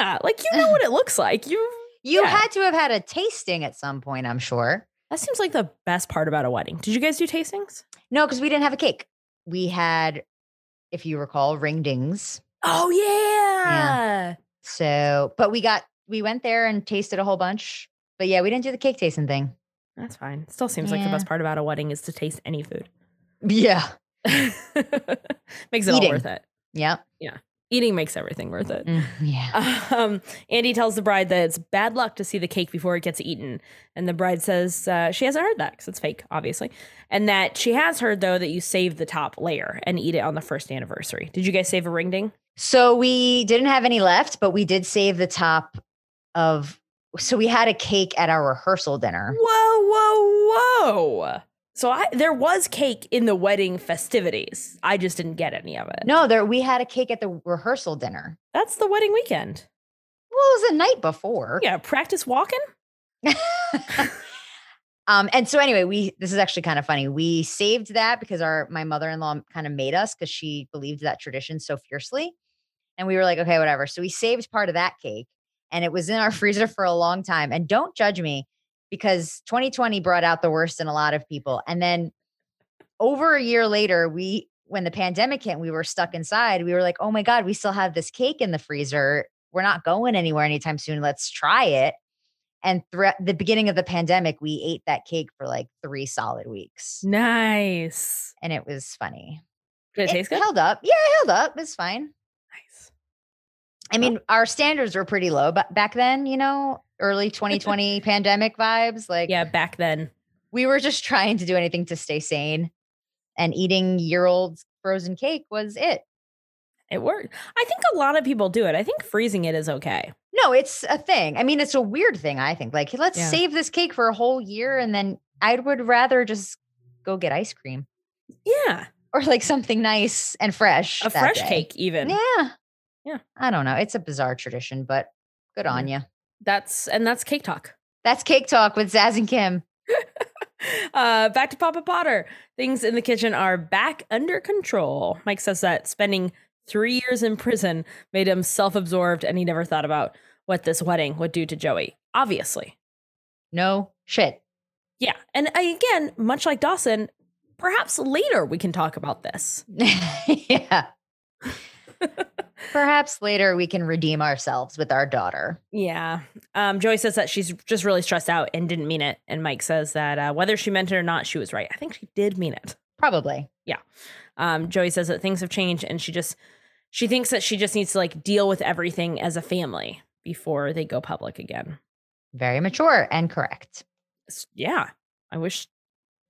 [SPEAKER 2] Yeah, like you know what it looks like. You
[SPEAKER 1] You
[SPEAKER 2] Yeah.
[SPEAKER 1] had to have had a tasting at some point, I'm sure.
[SPEAKER 2] that seems like the best part about a wedding. Did you guys do tastings?
[SPEAKER 1] No, because we didn't have a cake. We had, if you recall, ring dings.
[SPEAKER 2] Oh yeah.
[SPEAKER 1] So, but we got, we went there and tasted a whole bunch. But yeah, we didn't do the cake tasting thing.
[SPEAKER 2] That's fine. Still seems like the
[SPEAKER 1] Yeah.
[SPEAKER 2] best part about a wedding is to taste any food.
[SPEAKER 1] Yeah.
[SPEAKER 2] makes it all
[SPEAKER 1] Eating.
[SPEAKER 2] worth it.
[SPEAKER 1] Yeah.
[SPEAKER 2] Eating makes everything worth it.
[SPEAKER 1] Mm, yeah.
[SPEAKER 2] Um, Andy tells the bride that it's bad luck to see the cake before it gets eaten. And the bride says uh, she hasn't heard that because it's fake, obviously. And that she has heard, though, that you save the top layer and eat it on the first anniversary. Did you guys save a ring ding?
[SPEAKER 1] So we didn't have any left, but we did save the top of, so we had a cake at our rehearsal dinner.
[SPEAKER 2] Whoa, whoa, whoa. So I there was cake in the wedding festivities. I just didn't get any of it.
[SPEAKER 1] No, there we had a cake at the rehearsal dinner.
[SPEAKER 2] That's the wedding weekend.
[SPEAKER 1] Well, it was the night before.
[SPEAKER 2] Yeah, practice walking.
[SPEAKER 1] Um, and so anyway, we this is actually kind of funny. We saved that because our my mother-in-law kind of made us because she believed that tradition so fiercely. And we were like, okay, whatever. So we saved part of that cake and it was in our freezer for a long time. And don't judge me because 2020 brought out the worst in a lot of people. And then over a year later, we when the pandemic hit, and we were stuck inside. We were like, oh my God, we still have this cake in the freezer. We're not going anywhere anytime soon. Let's try it. And throughout the beginning of the pandemic, we ate that cake for like three solid weeks.
[SPEAKER 2] Nice.
[SPEAKER 1] And it was funny.
[SPEAKER 2] Did it, taste good?
[SPEAKER 1] held up. Yeah, it held up. It's fine.
[SPEAKER 2] Nice.
[SPEAKER 1] I mean, our standards were pretty low, but back then, you know, early 2020 pandemic vibes, like
[SPEAKER 2] Yeah, back then.
[SPEAKER 1] we were just trying to do anything to stay sane and eating year old frozen cake was it.
[SPEAKER 2] It worked. I think a lot of people do it. I think freezing it is okay.
[SPEAKER 1] No, it's a thing. I mean, it's a weird thing, I think. Like, let's
[SPEAKER 2] Yeah.
[SPEAKER 1] save this cake for a whole year and then I would rather just go get ice cream
[SPEAKER 2] Yeah.
[SPEAKER 1] or like something nice and fresh.
[SPEAKER 2] A
[SPEAKER 1] that
[SPEAKER 2] fresh
[SPEAKER 1] day.
[SPEAKER 2] cake even.
[SPEAKER 1] Yeah.
[SPEAKER 2] Yeah.
[SPEAKER 1] I don't know. It's a bizarre tradition, but good on you.
[SPEAKER 2] That's and that's cake talk.
[SPEAKER 1] That's Cake Talk with Zaz and Kim.
[SPEAKER 2] Uh, back to Papa Potter. Things in the kitchen are back under control. Mike says that spending three years in prison made him self absorbed and he never thought about what this wedding would do to Joey. Obviously.
[SPEAKER 1] No shit.
[SPEAKER 2] Yeah. And I, again, much like Dawson, perhaps later we can talk about this.
[SPEAKER 1] yeah. Perhaps later we can redeem ourselves with our daughter.
[SPEAKER 2] Yeah. Um, Joey says that she's just really stressed out and didn't mean it. And Mike says that uh, whether she meant it or not, she was right. I think she did mean it.
[SPEAKER 1] Probably.
[SPEAKER 2] Um, Joey says that things have changed and she just she thinks that she just needs to like deal with everything as a family before they go public again.
[SPEAKER 1] Very mature and correct.
[SPEAKER 2] S- Yeah. I wish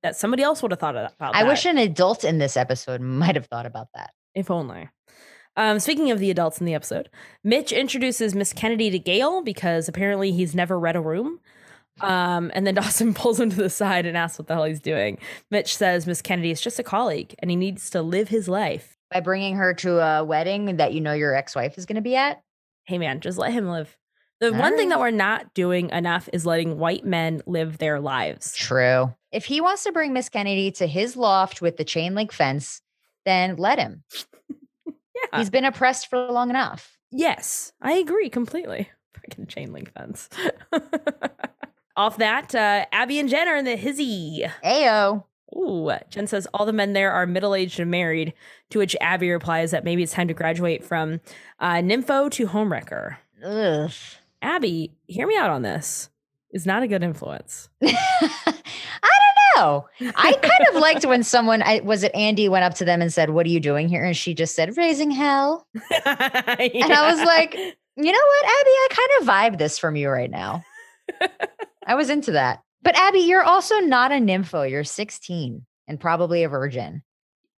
[SPEAKER 2] that somebody else would have thought about that.
[SPEAKER 1] I wish an adult in this episode might have thought about that.
[SPEAKER 2] If only. Um, speaking of the adults in the episode, Mitch introduces Miss Kennedy to Gail because apparently he's never read a room. Um, and then Dawson pulls him to the side and asks what the hell he's doing. Mitch says Miss Kennedy is just a colleague and he needs to live his life.
[SPEAKER 1] By bringing her to a wedding that you know your ex wife is going to be at,
[SPEAKER 2] Hey, man, just let him live. The
[SPEAKER 1] All
[SPEAKER 2] one thing that
[SPEAKER 1] right.
[SPEAKER 2] we're not doing enough is letting white men live their lives.
[SPEAKER 1] True. If he wants to bring Miss Kennedy to his loft with the chain link fence, then let him.
[SPEAKER 2] Yeah.
[SPEAKER 1] He's been oppressed for long enough.
[SPEAKER 2] Yes, I agree completely. Freaking chain link fence. Off that, uh, Abby and Jen are in the hizzy.
[SPEAKER 1] Ayo.
[SPEAKER 2] Ooh, Jen says all the men there are middle aged and married. To which Abby replies that maybe it's time to graduate from uh, nympho to homewrecker.
[SPEAKER 1] Ugh.
[SPEAKER 2] Abby, hear me out on this. Is not a good influence.
[SPEAKER 1] I don't know. I kind of liked when someone I was it Andy went up to them and said, What are you doing here? And she just said, Raising hell.
[SPEAKER 2] and
[SPEAKER 1] I was like- You know what, Abby? I kind of vibe this from you right now. I was into that. But Abby, you're also not a nympho. You're 16 and probably a virgin.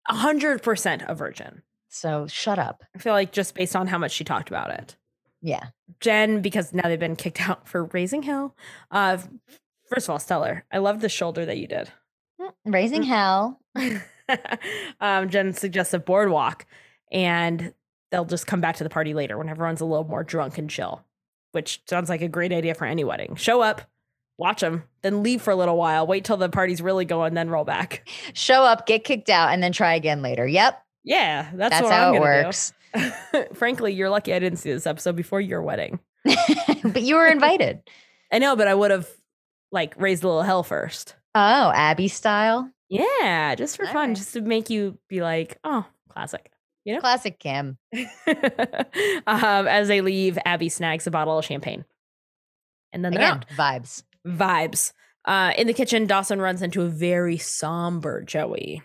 [SPEAKER 2] hundred percent a virgin.
[SPEAKER 1] So shut up.
[SPEAKER 2] I feel like just based on how much she talked about it.
[SPEAKER 1] Yeah.
[SPEAKER 2] Jen, because now they've been kicked out for raising hell. Uh, first of all, stellar. I love the shoulder that you did.
[SPEAKER 1] Mm, Raising hell.
[SPEAKER 2] um, Jen suggests a boardwalk, and they'll just come back to the party later when everyone's a little more drunk and chill, which sounds like a great idea for any wedding. Show up, watch them, then leave for a little while, wait till the party's really going, then roll back.
[SPEAKER 1] show up, get kicked out, and then try again later. Yep,
[SPEAKER 2] Yeah, that's,
[SPEAKER 1] that's,
[SPEAKER 2] what
[SPEAKER 1] how
[SPEAKER 2] I'm
[SPEAKER 1] it
[SPEAKER 2] gonna
[SPEAKER 1] works.
[SPEAKER 2] Do. Frankly, you're lucky I didn't see this episode before your wedding.
[SPEAKER 1] but you were invited.
[SPEAKER 2] I know, but I would have like raised a little hell first.
[SPEAKER 1] Oh, Abby style,
[SPEAKER 2] Yeah, just for fun,
[SPEAKER 1] Okay.
[SPEAKER 2] just to make you be like, oh, classic.
[SPEAKER 1] classic Kim.
[SPEAKER 2] um, as they leave, Abby snags a bottle of champagne. And then they're
[SPEAKER 1] Again, vibes.
[SPEAKER 2] out. Vibes. Uh, in the kitchen, Dawson runs into a very somber Joey.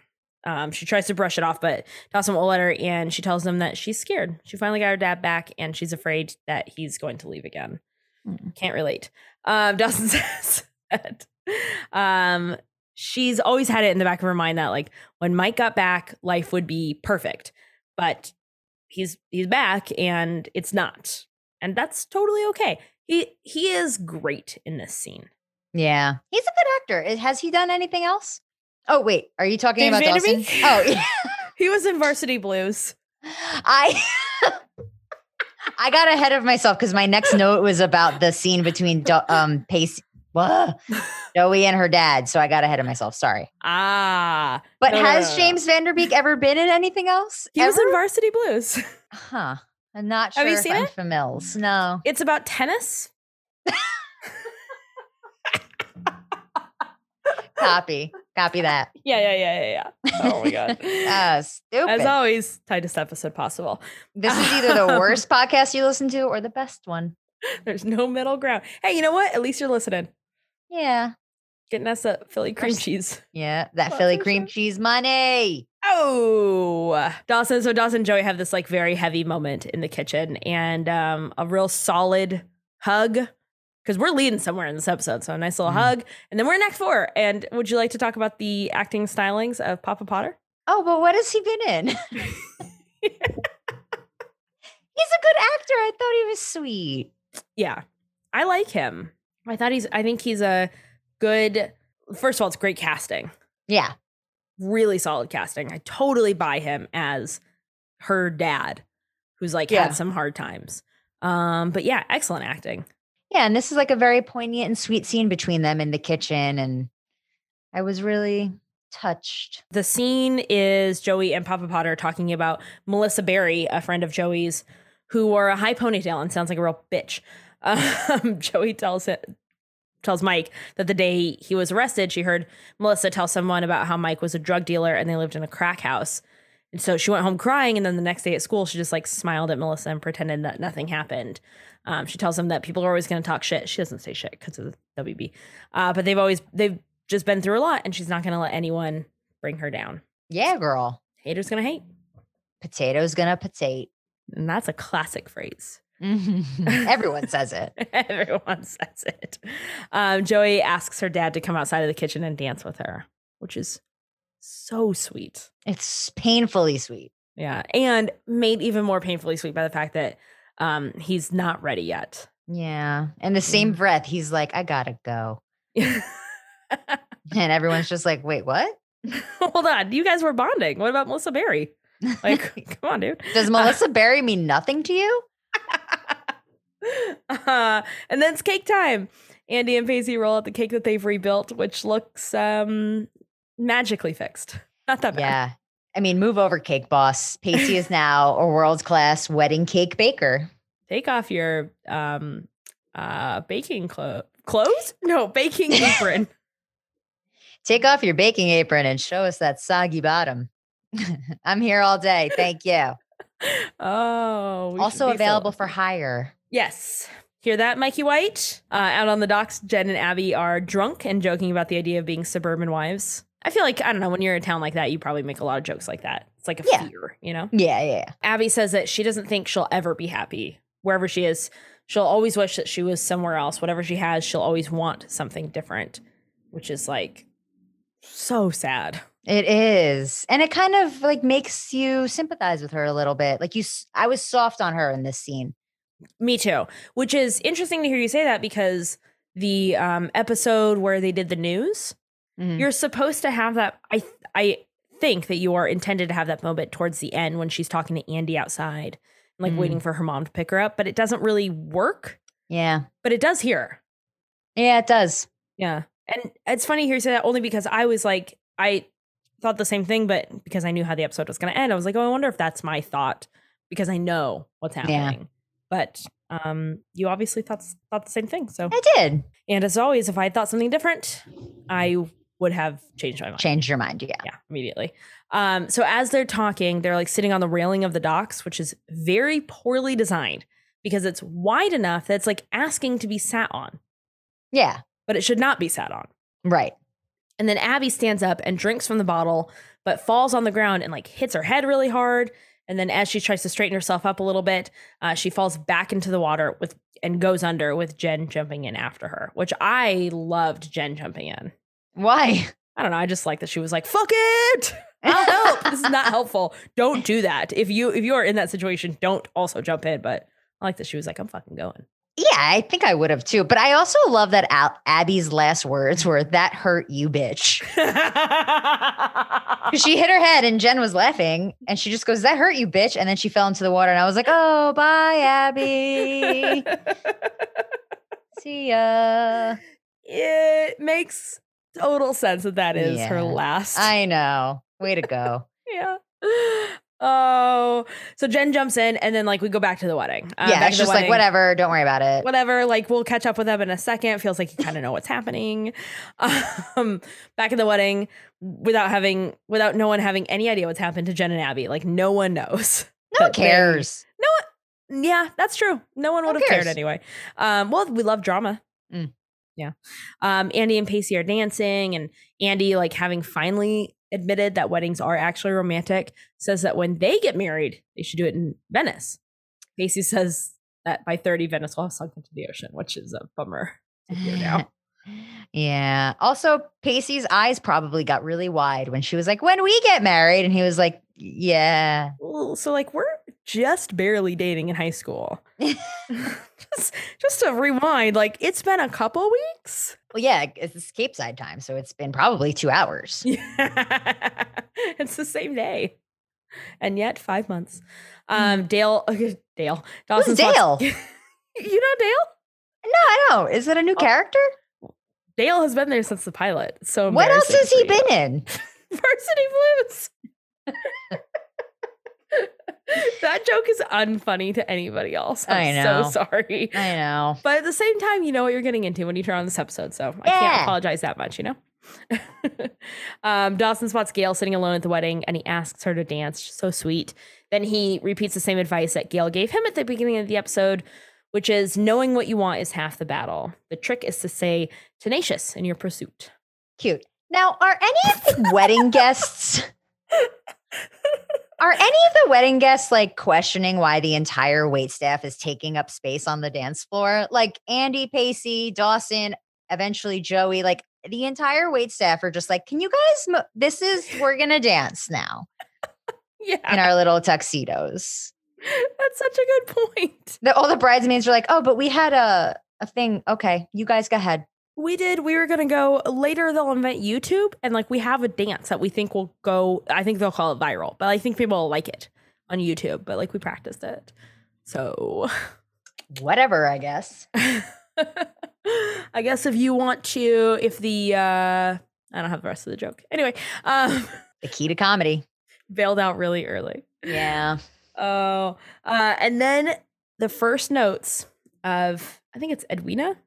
[SPEAKER 2] Um, she tries to brush it off, but Dawson won't let her, and she tells him that she's scared. She finally got her dad back, and she's afraid that he's going to leave again
[SPEAKER 1] Mm.
[SPEAKER 2] can't relate. Um, Dawson says that um, she's always had it in the back of her mind that like when Mike got back, life would be perfect, but he's he's back and it's not, and that's totally okay. He he is great in this scene.
[SPEAKER 1] Yeah, he's a good actor. Is- Has he done anything else? Oh wait, are you talking
[SPEAKER 2] James
[SPEAKER 1] about
[SPEAKER 2] Van Der
[SPEAKER 1] Dawson?
[SPEAKER 2] Beek?
[SPEAKER 1] Oh yeah.
[SPEAKER 2] He was in Varsity Blues.
[SPEAKER 1] I I got ahead of myself because my next note was about the scene between Do- um Pace whoa, Joey and her dad. So I got ahead of myself. Sorry.
[SPEAKER 2] Ah,
[SPEAKER 1] But
[SPEAKER 2] No, no,
[SPEAKER 1] has
[SPEAKER 2] no, no, no.
[SPEAKER 1] James Vanderbeek ever been in anything else?
[SPEAKER 2] he was
[SPEAKER 1] Ever?
[SPEAKER 2] in Varsity Blues.
[SPEAKER 1] Huh. I'm not sure
[SPEAKER 2] Have you
[SPEAKER 1] if
[SPEAKER 2] seen
[SPEAKER 1] I'm
[SPEAKER 2] it?
[SPEAKER 1] familiar. No.
[SPEAKER 2] It's about tennis.
[SPEAKER 1] Copy. Copy that.
[SPEAKER 2] Yeah, yeah, yeah, yeah, yeah. Oh my god.
[SPEAKER 1] Uh, stupid.
[SPEAKER 2] As always, tightest episode possible.
[SPEAKER 1] this is either the worst podcast you listen to or the best one.
[SPEAKER 2] There's no middle ground. Hey, you know what? At least you're listening.
[SPEAKER 1] Yeah.
[SPEAKER 2] Getting us that Philly cream
[SPEAKER 1] First-
[SPEAKER 2] cheese.
[SPEAKER 1] Yeah. That
[SPEAKER 2] Well,
[SPEAKER 1] Philly
[SPEAKER 2] for
[SPEAKER 1] cream
[SPEAKER 2] sure.
[SPEAKER 1] cheese money.
[SPEAKER 2] Oh, Dawson. So Dawson and Joey have this like very heavy moment in the kitchen and um, a real solid hug because we're leading somewhere in this episode. So a nice little
[SPEAKER 1] Mhm.
[SPEAKER 2] hug. And then we're in act four. And would you like to talk about the acting stylings of Papa Potter?
[SPEAKER 1] Oh, but what has he been in? He's a good actor. I thought he was sweet.
[SPEAKER 2] Yeah. I like him. I thought he's, I think he's a good, first of all, it's great casting,
[SPEAKER 1] Yeah.
[SPEAKER 2] really solid casting. I totally buy him as her dad, who's like
[SPEAKER 1] Yeah.
[SPEAKER 2] had some hard times. Um, but yeah, excellent acting.
[SPEAKER 1] Yeah. And this is like a very poignant and sweet scene between them in the kitchen. And I was really touched.
[SPEAKER 2] The scene is Joey and Papa Potter talking about Melissa Berry, a friend of Joey's, who wore a high ponytail and sounds like a real bitch. Um, Joey tells it, tells Mike that the day he was arrested, she heard Melissa tell someone about how Mike was a drug dealer and they lived in a crack house. And so she went home crying, and then the next day at school, she just like smiled at Melissa and pretended that nothing happened. Um, she tells him that people are always going to talk shit. She doesn't say shit because of the WB, uh, but they've always they've just been through a lot, and she's not going to let anyone bring her down.
[SPEAKER 1] Yeah, girl.
[SPEAKER 2] Haters gonna hate.
[SPEAKER 1] Potato's gonna potate.
[SPEAKER 2] And that's a classic phrase.
[SPEAKER 1] Everyone says it.
[SPEAKER 2] Everyone says it. Um, Joey asks her dad to come outside of the kitchen and dance with her, which is so sweet.
[SPEAKER 1] It's painfully sweet.
[SPEAKER 2] Yeah. And made even more painfully sweet by the fact that um, he's not ready yet.
[SPEAKER 1] Yeah. And the same
[SPEAKER 2] Mm.
[SPEAKER 1] breath, he's like, I gotta go. And everyone's just like, wait, what?
[SPEAKER 2] Hold on. You guys were bonding. What about Melissa Berry? Like, come on, dude.
[SPEAKER 1] Does Melissa Berry mean nothing to you?
[SPEAKER 2] uh, and then it's cake time. Andy and Paisley roll out the cake that they've rebuilt, which looks um, magically fixed. Not that bad.
[SPEAKER 1] Yeah. I mean, move over, cake boss. Pacey is now a world class wedding cake baker.
[SPEAKER 2] Take off your um, uh, baking clo- clothes? No, baking apron.
[SPEAKER 1] Take off your baking apron and show us that soggy bottom. I'm here all day. Thank you.
[SPEAKER 2] oh. we should
[SPEAKER 1] also
[SPEAKER 2] be so-
[SPEAKER 1] available for hire.
[SPEAKER 2] Yes. Hear that, Mikey White? Uh, out on the docks, Jen and Abby are drunk and joking about the idea of being suburban wives. I feel like, I don't know, when you're in a town like that, you probably make a lot of jokes like that. It's like a
[SPEAKER 1] Yeah.
[SPEAKER 2] fear, you know?
[SPEAKER 1] Yeah, yeah.
[SPEAKER 2] Abby says that she doesn't think she'll ever be happy wherever she is. She'll always wish that she was somewhere else. Whatever she has, she'll always want something different, which is like so sad.
[SPEAKER 1] It is. And it kind of like makes you sympathize with her a little bit. Like you s- I was soft on her in this scene.
[SPEAKER 2] Me too. Which is interesting to hear you say that because the um, episode where they did the news,
[SPEAKER 1] Mm.
[SPEAKER 2] you're supposed to have that. I I think that you are intended to have that moment towards the end when she's talking to Andy outside, like
[SPEAKER 1] Mm.
[SPEAKER 2] waiting for her mom to pick her up. But it doesn't really work.
[SPEAKER 1] Yeah.
[SPEAKER 2] But it does here.
[SPEAKER 1] Yeah, it does.
[SPEAKER 2] Yeah. And it's funny here you say that only because I was like, I thought the same thing, but because I knew how the episode was going to end, I was like, oh, I wonder if that's my thought because I know what's happening. But um, you obviously thought, thought the same thing. So,
[SPEAKER 1] I did.
[SPEAKER 2] and as always, if I had thought something different, I would have changed my mind.
[SPEAKER 1] Change your mind. Yeah.
[SPEAKER 2] Yeah, immediately. Um, so as they're talking, they're like sitting on the railing of the docks, which is very poorly designed because it's wide enough that it's like asking to be sat on,
[SPEAKER 1] Yeah.
[SPEAKER 2] but it should not be sat on.
[SPEAKER 1] Right.
[SPEAKER 2] And then Abby stands up and drinks from the bottle, but falls on the ground and like hits her head really hard. And then as she tries to straighten herself up a little bit, uh, she falls back into the water with and goes under with Jen jumping in after her, which I loved Jen jumping in.
[SPEAKER 1] Why?
[SPEAKER 2] I don't know. I just like that she was like, "Fuck it, I'll help." this is not helpful. Don't do that. If you if you are in that situation, don't also jump in. But I like that she was like, "I'm fucking going."
[SPEAKER 1] Yeah, I think I would have too. But I also love that Al- Abby's last words were, That hurt you, bitch. 'Cause she hit her head and Jen was laughing and she just goes, That hurt you, bitch. And then she fell into the water. And I was like, Oh, bye, Abby. See ya.
[SPEAKER 2] it makes total sense that that is her
[SPEAKER 1] Yeah.
[SPEAKER 2] last.
[SPEAKER 1] I know. Way to go.
[SPEAKER 2] yeah. Oh, so Jen jumps in, and then like we go back to the wedding. Uh,
[SPEAKER 1] yeah,
[SPEAKER 2] back
[SPEAKER 1] it's
[SPEAKER 2] to the
[SPEAKER 1] just like,
[SPEAKER 2] wedding.
[SPEAKER 1] whatever. Don't worry about it.
[SPEAKER 2] whatever. Like we'll catch up with them in a second. Feels like you kind of know what's happening. Um, back at the wedding, without having, without no one having any idea what's happened to Jen and Abby. Like no one knows.
[SPEAKER 1] No one
[SPEAKER 2] But they-
[SPEAKER 1] cares.
[SPEAKER 2] Yeah, that's true. No one
[SPEAKER 1] Who
[SPEAKER 2] would have cared
[SPEAKER 1] cares?
[SPEAKER 2] anyway. Um, well, we love drama.
[SPEAKER 1] Mm.
[SPEAKER 2] Yeah. Um, Andy and Pacey are dancing, and Andy, like having finally admitted that weddings are actually romantic, says that when they get married, they should do it in Venice. Pacey says that by 30, Venice will have sunk into the ocean, which is a bummer to hear now.
[SPEAKER 1] yeah. Also, Pacey's eyes probably got really wide when she was like, when we get married. And he was like, yeah.
[SPEAKER 2] Ooh, So, like, we're just barely dating in high school. just, just to rewind, like, it's been a couple weeks.
[SPEAKER 1] Well, yeah, it's it's Cape Side time. So it's been probably two hours.
[SPEAKER 2] Yeah. it's the same day. And yet five months. Um Dale Dale. Dawson's
[SPEAKER 1] Mm. Dale?
[SPEAKER 2] Watch- you know Dale?
[SPEAKER 1] No, I know. Is it a new
[SPEAKER 2] Oh,
[SPEAKER 1] character?
[SPEAKER 2] Dale has been there since the pilot. So
[SPEAKER 1] What else has
[SPEAKER 2] embarrassing
[SPEAKER 1] he
[SPEAKER 2] for you.
[SPEAKER 1] been in?
[SPEAKER 2] Varsity Blues. that joke is unfunny to anybody else. I'm
[SPEAKER 1] I know.
[SPEAKER 2] so sorry.
[SPEAKER 1] I know.
[SPEAKER 2] But at the same time, you know what you're getting into when you turn on this episode. So I can't
[SPEAKER 1] Yeah.
[SPEAKER 2] apologize that much, you know? um, Dawson spots Gail sitting alone at the wedding and he asks her to dance. She's so sweet. Then he repeats the same advice that Gail gave him at the beginning of the episode, which is knowing what you want is half the battle. The trick is to stay tenacious in your pursuit.
[SPEAKER 1] Cute. Now, are any of the wedding guests are any of the wedding guests like questioning why the entire wait staff is taking up space on the dance floor? Like Andy, Pacey, Dawson, eventually Joey, like the entire wait staff are just like, "Can you guys mo- this is we're going to dance now
[SPEAKER 2] Yeah.
[SPEAKER 1] in our little tuxedos."
[SPEAKER 2] That's such a good point.
[SPEAKER 1] The, all the bridesmaids are like, "Oh, but we had a a thing. Okay, you guys go ahead."
[SPEAKER 2] We did. We were gonna go later. They'll invent YouTube, and like we have a dance that we think will go. I think they'll call it viral, but I think people will like it on YouTube. But like we practiced it, so
[SPEAKER 1] Whatever, I guess.
[SPEAKER 2] I guess if you want to, if the uh, I don't have the rest of the joke anyway. Um,
[SPEAKER 1] The key to comedy.
[SPEAKER 2] bailed out really early.
[SPEAKER 1] Yeah.
[SPEAKER 2] Oh, uh, and then the first notes of I think it's Edwina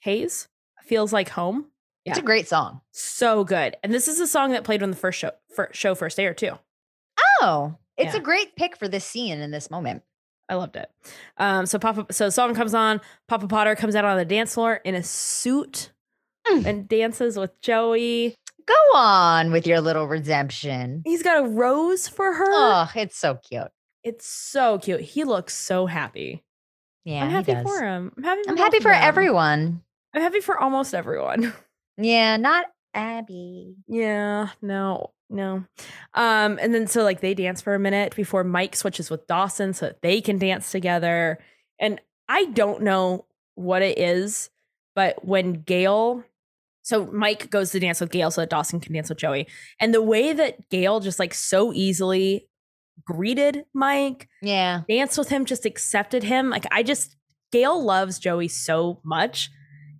[SPEAKER 2] Hayes feels like home.
[SPEAKER 1] It's a
[SPEAKER 2] Yeah.
[SPEAKER 1] great song.
[SPEAKER 2] So good. And this is a song that played on the first show, fir- show first air too.
[SPEAKER 1] Oh, it's
[SPEAKER 2] Yeah.
[SPEAKER 1] a great pick for this scene in this moment.
[SPEAKER 2] I loved it. Um, so Papa, so the song comes on. Papa Potter comes out on the dance floor in a suit
[SPEAKER 1] Mm.
[SPEAKER 2] and dances with Joey.
[SPEAKER 1] Go on with your little redemption.
[SPEAKER 2] He's got a rose for her.
[SPEAKER 1] Oh, it's so cute.
[SPEAKER 2] It's so cute. He looks so happy.
[SPEAKER 1] Yeah,
[SPEAKER 2] I'm
[SPEAKER 1] he
[SPEAKER 2] happy
[SPEAKER 1] does.
[SPEAKER 2] for him. I'm happy. For
[SPEAKER 1] I'm
[SPEAKER 2] both
[SPEAKER 1] happy
[SPEAKER 2] of
[SPEAKER 1] for
[SPEAKER 2] them.
[SPEAKER 1] everyone.
[SPEAKER 2] I'm happy for almost everyone.
[SPEAKER 1] Yeah, not Abby.
[SPEAKER 2] Yeah, no, no. Um, and then so like they dance for a minute before Mike switches with Dawson so that they can dance together. And I don't know what it is, but when Gail, so Mike goes to dance with Gail so that Dawson can dance with Joey. And the way that Gail just like so easily greeted Mike,
[SPEAKER 1] Yeah,
[SPEAKER 2] danced with him, just accepted him. Like I just Gail loves Joey so much.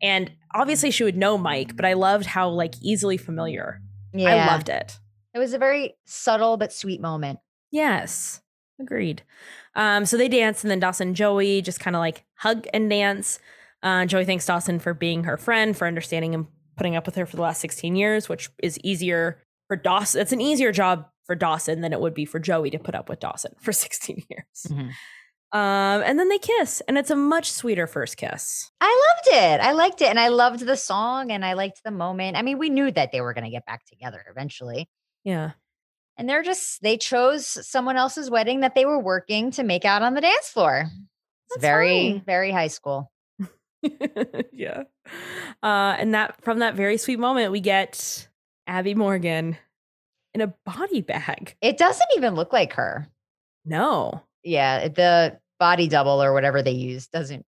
[SPEAKER 2] And obviously she would know Mike, but I loved how like easily familiar
[SPEAKER 1] yeah.
[SPEAKER 2] I loved it.
[SPEAKER 1] it. was a very subtle but sweet moment.
[SPEAKER 2] Yes. Agreed. Um, so they dance, and then Dawson and Joey just kind of like hug and dance. Uh, Joey thanks Dawson for being her friend, for understanding and putting up with her for the last 16 years, which is easier for Dawson. It's an easier job for Dawson than it would be for Joey to put up with Dawson for 16 years.
[SPEAKER 1] Mhm.
[SPEAKER 2] Um, and then they kiss, and it's a much sweeter first kiss.
[SPEAKER 1] I loved it. I liked it, and I loved the song, and I liked the moment. I mean, we knew that they were going to get back together eventually,
[SPEAKER 2] Yeah.
[SPEAKER 1] and they're just they chose someone else's wedding that they were working to make out on the dance floor. It's
[SPEAKER 2] That's
[SPEAKER 1] very
[SPEAKER 2] fine.
[SPEAKER 1] very high school.
[SPEAKER 2] yeah. Uh, and that from that very sweet moment, we get Abby Morgan in a body bag.
[SPEAKER 1] It doesn't even look like her.
[SPEAKER 2] No.
[SPEAKER 1] Yeah, it- the body double or whatever they use doesn't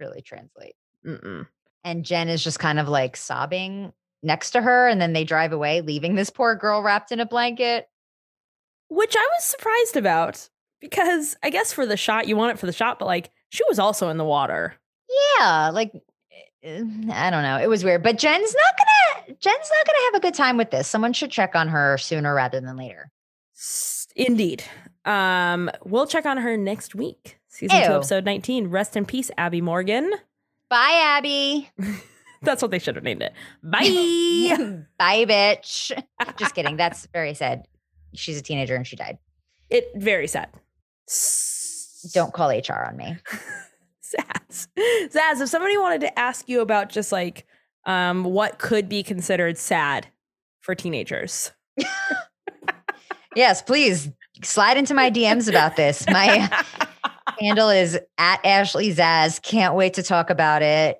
[SPEAKER 1] really translate.
[SPEAKER 2] Mm-mm.
[SPEAKER 1] And Jen is just kind of like sobbing next to her. And then they drive away, leaving this poor girl wrapped in a blanket.
[SPEAKER 2] Which I was surprised about because I guess for the shot, you want it for the shot, but like she was also in the water.
[SPEAKER 1] Yeah. Like, eh, I don't know. It was weird. But Jen's not going to, Jen's not going to have a good time with this. Someone should check on her sooner rather than later.
[SPEAKER 2] S- Indeed. Um, we'll check on her next week. Season two,
[SPEAKER 1] Ew.
[SPEAKER 2] episode 19. Rest in peace, Abby Morgan.
[SPEAKER 1] Bye, Abby.
[SPEAKER 2] That's what they should have named it. Bye.
[SPEAKER 1] Bye, bitch. Just kidding. That's very sad. She's a teenager and she died.
[SPEAKER 2] It very sad. S-
[SPEAKER 1] Don't call HR on me.
[SPEAKER 2] Zaz. Zaz, if somebody wanted to ask you about just like um what could be considered sad for teenagers.
[SPEAKER 1] Yes, please slide into my DMs about this. My handle is at Ashley Zaz. Can't wait to talk about it.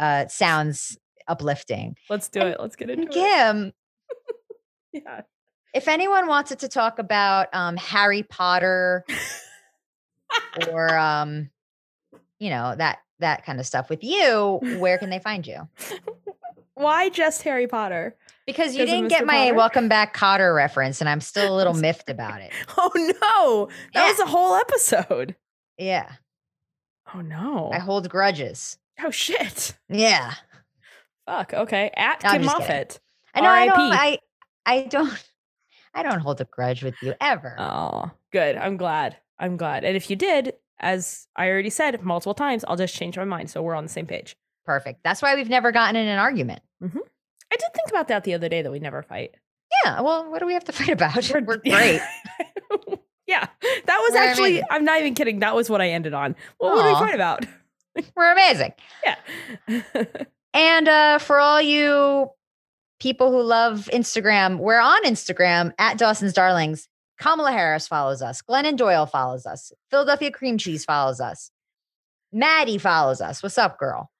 [SPEAKER 1] Uh, it sounds uplifting.
[SPEAKER 2] Let's do it. Let's get into
[SPEAKER 1] And
[SPEAKER 2] it.
[SPEAKER 1] Kim,
[SPEAKER 2] Yeah.
[SPEAKER 1] if anyone wanted to talk about um, Harry Potter or um, you know that that kind of stuff with you, where can they find you?
[SPEAKER 2] Why just Harry Potter?
[SPEAKER 1] Because you
[SPEAKER 2] Because of
[SPEAKER 1] didn't get
[SPEAKER 2] Mr.
[SPEAKER 1] my
[SPEAKER 2] Potter?
[SPEAKER 1] welcome back Cotter reference, and I'm still a little miffed about it.
[SPEAKER 2] Oh no. That
[SPEAKER 1] Yeah.
[SPEAKER 2] was a whole episode.
[SPEAKER 1] Yeah,
[SPEAKER 2] Oh no.
[SPEAKER 1] I hold grudges.
[SPEAKER 2] oh shit.
[SPEAKER 1] Yeah.
[SPEAKER 2] Fuck. Okay. At
[SPEAKER 1] No, I'm
[SPEAKER 2] Kim
[SPEAKER 1] just kidding.
[SPEAKER 2] Moffat.
[SPEAKER 1] I know I don't I
[SPEAKER 2] R.I.P..
[SPEAKER 1] I don't I don't hold a grudge with you ever.
[SPEAKER 2] Oh, good. I'm glad. I'm glad. And if you did, as I already said multiple times, I'll just change my mind. So we're on the same page.
[SPEAKER 1] Perfect. That's why we've never gotten in an argument.
[SPEAKER 2] I did think about that the other day that we never fight.
[SPEAKER 1] Yeah. Well, what do we have to fight about? We're,
[SPEAKER 2] Yeah.
[SPEAKER 1] great.
[SPEAKER 2] yeah, that was
[SPEAKER 1] We're
[SPEAKER 2] actually.
[SPEAKER 1] amazing.
[SPEAKER 2] I'm not even kidding. That was what I ended on. Well, what did we
[SPEAKER 1] Aw.
[SPEAKER 2] fight about?
[SPEAKER 1] We're amazing.
[SPEAKER 2] Yeah.
[SPEAKER 1] And uh for all you people who love Instagram, we're on Instagram at Dawson's Darlings. Kamala Harris follows us. Glennon Doyle follows us. Philadelphia Cream Cheese follows us. Maddie follows us. What's up, girl?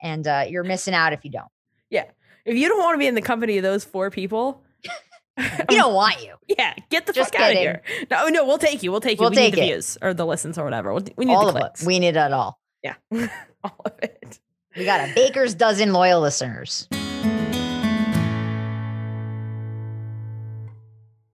[SPEAKER 1] And uh, you're missing out if you don't.
[SPEAKER 2] if you don't want to be in the company of those four people, Um,
[SPEAKER 1] We don't want you.
[SPEAKER 2] yeah, get the
[SPEAKER 1] Just
[SPEAKER 2] fuck out of
[SPEAKER 1] kidding.
[SPEAKER 2] here. No, no, we'll take you. We'll take you.
[SPEAKER 1] We'll
[SPEAKER 2] we
[SPEAKER 1] take
[SPEAKER 2] need the
[SPEAKER 1] it.
[SPEAKER 2] views or the listens or whatever. We'll- We need
[SPEAKER 1] All of
[SPEAKER 2] the
[SPEAKER 1] it.
[SPEAKER 2] clicks.
[SPEAKER 1] We need it all.
[SPEAKER 2] yeah, all of it.
[SPEAKER 1] We got a baker's dozen loyal listeners.